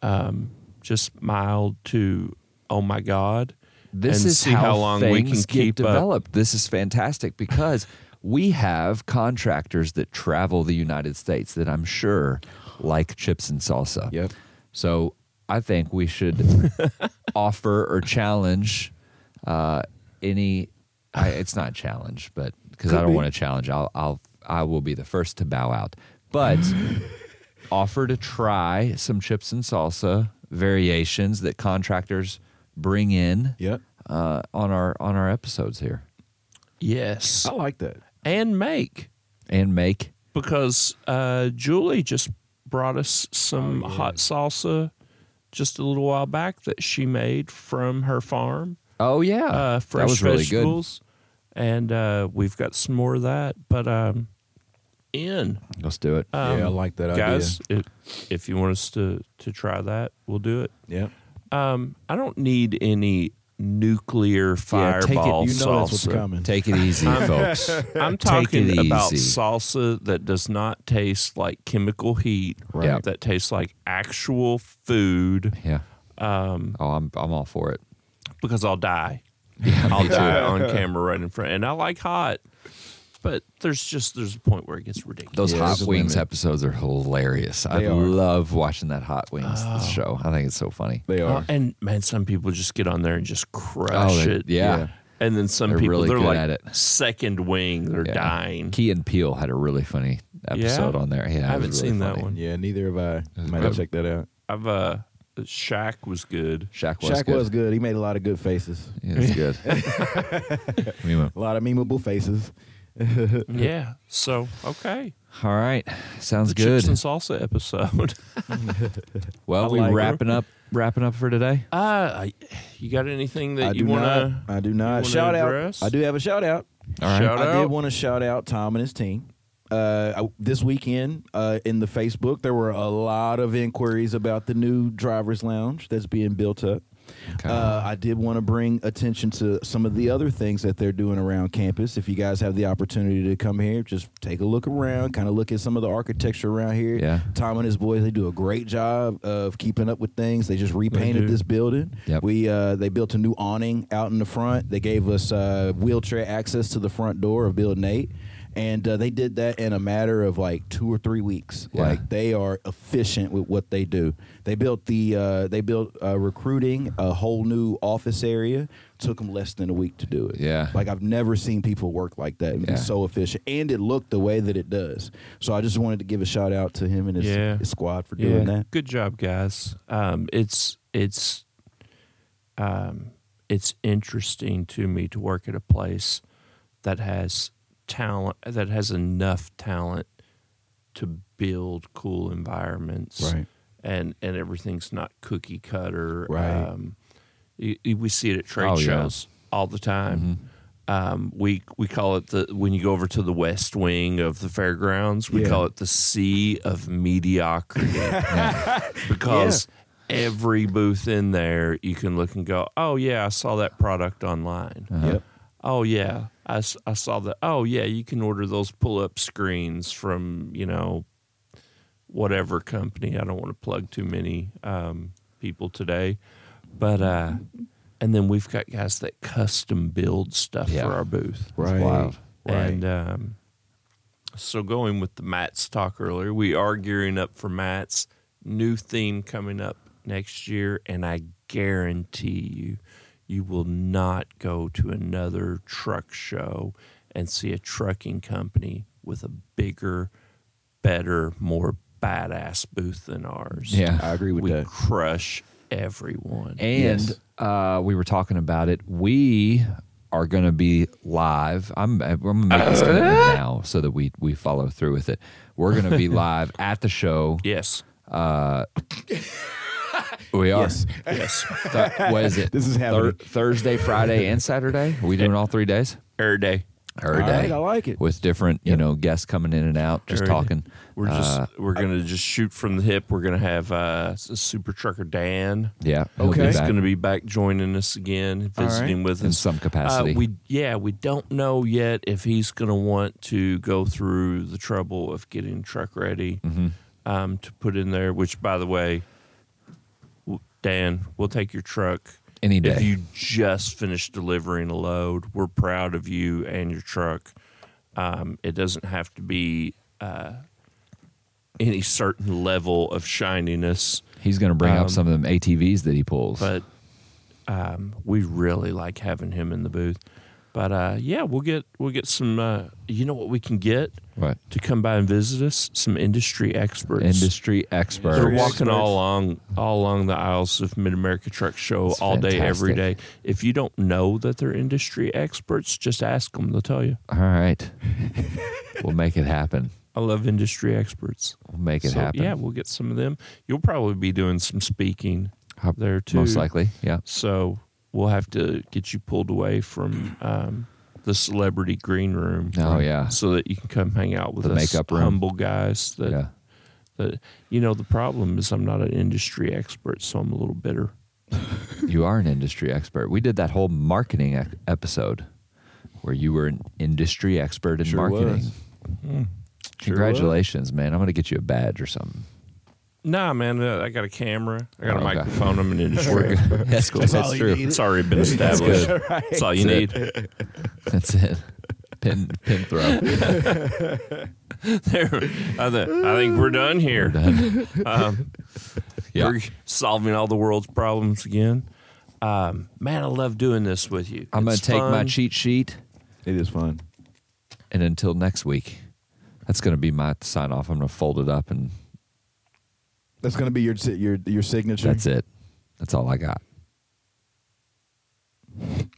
Speaker 2: um just mild to oh my god.
Speaker 1: This
Speaker 2: and
Speaker 1: is
Speaker 2: see
Speaker 1: how,
Speaker 2: long
Speaker 1: things
Speaker 2: we can
Speaker 1: get
Speaker 2: keep up.
Speaker 1: developed. This is fantastic because we have contractors that travel the United States that I'm sure like chips and salsa.
Speaker 3: Yep.
Speaker 1: So I think we should offer or challenge uh, any. I, it's not challenge, but because I don't want to challenge, I'll, I'll I will be the first to bow out. But offer to try some chips and salsa variations that contractors bring in
Speaker 3: Yep.
Speaker 1: uh, on our on our episodes here
Speaker 2: Yes,
Speaker 3: I like that.
Speaker 2: and make
Speaker 1: and make
Speaker 2: because uh, Julie just brought us
Speaker 3: Oh,
Speaker 2: some hot salsa just a little while back that she made from her farm,
Speaker 1: oh yeah
Speaker 2: uh, fresh
Speaker 1: that was really
Speaker 2: vegetables, and uh, we've got some more of that. But um, in
Speaker 1: good let's do it
Speaker 2: um,
Speaker 3: yeah, I like that
Speaker 2: guys, if- if you want us to to try that, we'll do it.
Speaker 3: idea. Yep.
Speaker 2: Um, I don't need any nuclear
Speaker 1: Yeah, take it.
Speaker 2: fireball
Speaker 3: You know that's what's
Speaker 2: salsa.
Speaker 3: coming.
Speaker 1: take it easy folks
Speaker 2: I'm
Speaker 1: Take it
Speaker 2: talking about
Speaker 1: easy.
Speaker 2: salsa that does not taste like chemical heat,
Speaker 1: Right. Yeah.
Speaker 2: that tastes like actual food
Speaker 1: yeah um oh I'm I'm all for it
Speaker 2: because I'll die. I'll die on camera right in front. And I like hot, but there's just there's a point where it gets ridiculous.
Speaker 1: those
Speaker 3: Yeah,
Speaker 1: hot
Speaker 3: there's a
Speaker 1: wings
Speaker 3: limit.
Speaker 1: episodes are hilarious I
Speaker 3: They are.
Speaker 1: love watching that hot wings show I think it's so funny
Speaker 3: They
Speaker 2: Uh,
Speaker 3: are.
Speaker 2: and man, some people just get on there and just crush
Speaker 1: Oh, they-
Speaker 2: it.
Speaker 1: yeah. Yeah.
Speaker 2: And then some
Speaker 1: They're
Speaker 2: people
Speaker 1: really
Speaker 2: they're
Speaker 1: good
Speaker 2: like
Speaker 1: at it.
Speaker 2: second wing, they're
Speaker 1: Yeah.
Speaker 2: dying.
Speaker 1: Key and Peele had a really funny episode on there yeah
Speaker 2: I haven't seen that one.
Speaker 3: Yeah, neither have I. Might
Speaker 1: good.
Speaker 3: check that out.
Speaker 2: I've uh Shaq was good.
Speaker 1: Shaq was
Speaker 3: Shaq
Speaker 1: good
Speaker 3: was good. He made a lot of good faces.
Speaker 1: Yeah, it's good I mean,
Speaker 3: A lot of memeable faces.
Speaker 2: Yeah. So okay.
Speaker 1: all right sounds
Speaker 2: the
Speaker 1: good
Speaker 2: chips and salsa episode.
Speaker 1: well
Speaker 3: I
Speaker 1: we
Speaker 3: like it.
Speaker 1: wrapping up wrapping up for today
Speaker 2: uh, I- you got anything that
Speaker 3: I
Speaker 2: you
Speaker 3: do
Speaker 2: want to?
Speaker 3: not. I do not.
Speaker 2: wanna
Speaker 3: Shout
Speaker 2: address?
Speaker 3: out. I do have a shout out.
Speaker 1: all right
Speaker 2: Shout
Speaker 3: I
Speaker 2: out.
Speaker 3: did want to shout out Tom and his team. Uh, I- this weekend uh, in the Facebook, there were a lot of inquiries about the new driver's lounge that's being built up.
Speaker 1: Okay.
Speaker 3: Uh, I did want to bring attention to some of the other things that they're doing around campus. If you guys have the opportunity to come here, just take a look around, kind of look at some of the architecture around here.
Speaker 1: Yeah.
Speaker 3: Tom and his boys, they do a great job of keeping up with things. They just repainted
Speaker 2: do.
Speaker 3: this building.
Speaker 1: Yep.
Speaker 3: We uh, they built a new awning out in the front. They gave us uh, wheelchair access to the front door of Building Eight, and uh, they did that in a matter of like two or three weeks.
Speaker 1: Yeah.
Speaker 3: Like they are efficient with what they do. They built the uh, they built uh, recruiting a whole new office area. Took them less than a week to do it.
Speaker 1: Yeah.
Speaker 3: like I've never seen people work like that and
Speaker 1: Yeah.
Speaker 3: be so efficient. And it looked the way that it does. So I just wanted to give a shout out to him and his,
Speaker 2: Yeah.
Speaker 3: his squad for doing that.
Speaker 2: Good job, guys. Um, it's it's um, it's interesting to me to work at a place that has talent that has enough talent to build cool environments,
Speaker 3: Right.
Speaker 2: And and everything's not cookie cutter,
Speaker 3: Right.
Speaker 2: Um, y- y- we see it at trade
Speaker 1: Oh, yeah.
Speaker 2: shows all the time. Um, we we call it the when you go over to the west wing of the fairgrounds, we
Speaker 3: Yeah.
Speaker 2: call it the sea of mediocrity because every booth in there you can look and go, oh yeah, I saw that product online.
Speaker 3: Yep.
Speaker 2: Oh yeah, I, s- I saw that. Oh yeah, you can order those pull up screens from you know whatever company. I don't want to plug too many um, people today, but uh, and then we've got guys that custom build stuff
Speaker 1: Yeah.
Speaker 2: for our booth.
Speaker 3: Right.
Speaker 1: wild.
Speaker 3: Right.
Speaker 2: And um, so going with the Matt's talk earlier, we are gearing up for Matt's new theme coming up next year, and I guarantee you, you will not go to another truck show and see a trucking company with a bigger, better, more badass booth than ours.
Speaker 3: I
Speaker 1: Yeah.
Speaker 3: agree with
Speaker 2: we
Speaker 3: that.
Speaker 2: crush everyone.
Speaker 1: And
Speaker 3: Yes.
Speaker 1: uh, we were talking about it. We are going to be live. I'm, I'm going to make this statement
Speaker 3: Uh,
Speaker 1: now so that we, we follow through with it. We're going to be live at the show.
Speaker 2: yes,
Speaker 1: We are.
Speaker 3: Yes.
Speaker 2: yes,
Speaker 1: Th- what is it?
Speaker 3: This is
Speaker 1: Thur-
Speaker 3: happening.
Speaker 1: Thursday, Friday, and Saturday. Are we doing all three days?
Speaker 2: every day.
Speaker 1: Every
Speaker 3: All
Speaker 1: day.
Speaker 3: right, I like it.
Speaker 1: With different, you know, guests coming in and out, just
Speaker 2: Every day.
Speaker 1: talking.
Speaker 2: We're just
Speaker 1: Uh,
Speaker 2: we're gonna just shoot from the hip. We're gonna have uh, s- super trucker Dan.
Speaker 1: yeah. he'll be
Speaker 3: Okay.
Speaker 2: He's
Speaker 1: back.
Speaker 2: gonna be back joining us again, visiting with us
Speaker 1: In some capacity.
Speaker 2: Uh, we yeah, we don't know yet if he's gonna want to go through the trouble of getting truck ready
Speaker 1: Mm-hmm.
Speaker 2: um, to put in there. Which, by the way, w- Dan, we'll take your truck.
Speaker 1: Any day.
Speaker 2: If you just finished delivering a load, we're proud of you and your truck. Um, it doesn't have to be uh, any certain level of shininess,
Speaker 1: He's going to bring
Speaker 2: Um,
Speaker 1: up some of them ATVs that he pulls.
Speaker 2: but um, we really like having him in the booth. But uh, yeah, we'll get we'll get some. Uh, you know what we can get
Speaker 1: What?
Speaker 2: to come by and visit us? Some industry experts.
Speaker 1: Industry expert.
Speaker 2: They're
Speaker 3: Industry
Speaker 2: walking
Speaker 3: experts.
Speaker 2: all along all along the aisles of Mid America Truck Show
Speaker 1: It's
Speaker 2: all day, every day.
Speaker 1: fantastic.
Speaker 2: If you don't know that they're industry experts, just ask them. They'll tell you.
Speaker 1: All right. we'll make it happen.
Speaker 2: I love industry experts.
Speaker 1: We'll make it
Speaker 2: So,
Speaker 1: happen.
Speaker 2: Yeah, we'll get some of them. You'll probably be doing some speaking
Speaker 1: How-
Speaker 2: there too.
Speaker 1: Most likely. Yeah.
Speaker 2: So we'll have to get you pulled away from um, the celebrity green room.
Speaker 1: Oh, yeah.
Speaker 2: So that you can come hang out with
Speaker 1: The
Speaker 2: us
Speaker 1: makeup room.
Speaker 2: humble guys. That,
Speaker 1: Yeah.
Speaker 2: that you know the problem is I'm not an industry expert, so I'm a little bitter.
Speaker 1: You are an industry expert. We did that whole marketing ec- episode where you were an industry expert in
Speaker 3: Sure
Speaker 1: marketing.
Speaker 3: was.
Speaker 2: Hmm.
Speaker 1: Congratulations, man. I'm going to get you a badge or something.
Speaker 2: Nah, man, uh, I got a camera. I got
Speaker 1: Oh,
Speaker 2: a
Speaker 1: okay.
Speaker 2: microphone. I'm an industry expert.
Speaker 1: That's cool.
Speaker 3: That's
Speaker 1: That's,
Speaker 3: all you
Speaker 1: true.
Speaker 3: need.
Speaker 2: It's already been established.
Speaker 1: good.
Speaker 2: That's all you
Speaker 1: That's
Speaker 2: need.
Speaker 1: That's it. Pin pin throw.
Speaker 2: There, I, th- I think we're done here.
Speaker 1: Done.
Speaker 2: Um,
Speaker 1: Yeah.
Speaker 2: We're solving all the world's problems again. Um, man, I love doing this with you.
Speaker 1: I'm going
Speaker 2: It's
Speaker 1: to take my
Speaker 2: fun.
Speaker 1: cheat sheet
Speaker 3: It is fun.
Speaker 1: and until next week. That's going to be my sign off. I'm going to fold it up and
Speaker 3: That's gonna be your si- your your signature.
Speaker 1: that's it. That's all I got.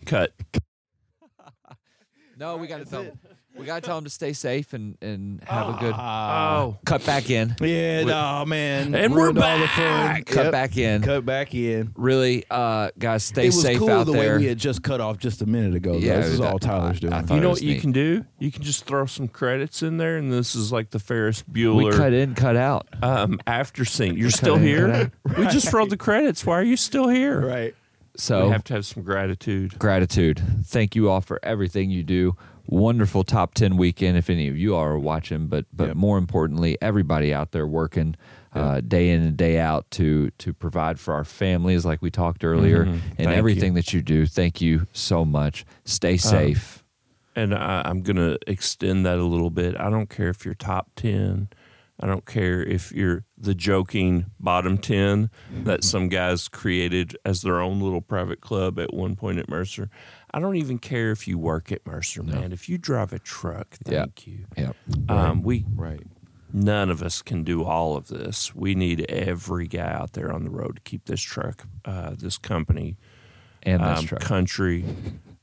Speaker 2: cut.
Speaker 1: No, we got to tell we got to tell them to stay safe and and have a
Speaker 3: Ah.
Speaker 1: good
Speaker 2: Oh,
Speaker 1: cut back in.
Speaker 3: Yeah, no man.
Speaker 2: And we're
Speaker 3: Ruined all the fun.
Speaker 2: back.
Speaker 1: Cut
Speaker 3: Yep.
Speaker 1: back in.
Speaker 3: Cut back in.
Speaker 1: Really, uh, guys, stay
Speaker 3: it was
Speaker 1: safe
Speaker 3: cool
Speaker 1: out
Speaker 3: the
Speaker 1: there.
Speaker 3: way we had just cut off just a minute ago. though.
Speaker 1: Yeah,
Speaker 3: this is
Speaker 1: that-
Speaker 3: all Tyler's doing.
Speaker 1: I thought
Speaker 2: you know
Speaker 1: it
Speaker 2: what
Speaker 1: was
Speaker 2: you
Speaker 1: neat.
Speaker 2: can do? You can just throw some credits in there, and this is like the Ferris
Speaker 1: We
Speaker 2: Bueller
Speaker 1: cut in, cut out.
Speaker 2: um, after scene. You're still
Speaker 1: in,
Speaker 2: here.
Speaker 1: cut
Speaker 2: We just rolled the credits. Why are you still here?
Speaker 3: right.
Speaker 1: So
Speaker 2: We have to have some gratitude.
Speaker 1: gratitude. Thank you all for everything you do. Wonderful top 10 weekend if any of you are watching, but but
Speaker 3: Yep.
Speaker 1: more importantly, everybody out there working uh, day in and day out to to provide for our families like we
Speaker 2: Mm-hmm.
Speaker 1: talked earlier and
Speaker 2: Thank
Speaker 3: Um,
Speaker 1: everything that you do. Thank you so much. Stay safe.
Speaker 2: and I, I'm going to extend that a little bit. I don't care if you're top 10. I don't care if you're the joking bottom 10 that some guys created as their own little private club at one point at Mercer. I don't even care if you work at Mercer, man. If you drive a truck,
Speaker 5: Yeah.
Speaker 2: thank you.
Speaker 5: Yeah.
Speaker 2: Um, we
Speaker 3: Right.
Speaker 2: none of us can do all of this. We need every guy out there on the road to keep this truck, uh, this company,
Speaker 5: And this
Speaker 2: um,
Speaker 5: truck.
Speaker 2: country,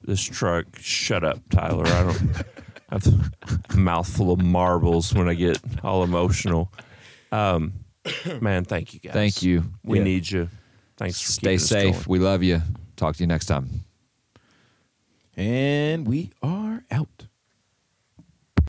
Speaker 2: this truck. Shut up, Tyler. I don't. I have a mouthful of marbles when I get all emotional. Um, man, thank you guys.
Speaker 5: Thank you.
Speaker 2: We
Speaker 3: Yeah.
Speaker 2: need you. Thanks. For
Speaker 5: Stay
Speaker 2: keeping us
Speaker 5: safe.
Speaker 2: going.
Speaker 5: We love you. Talk to you next time.
Speaker 3: And we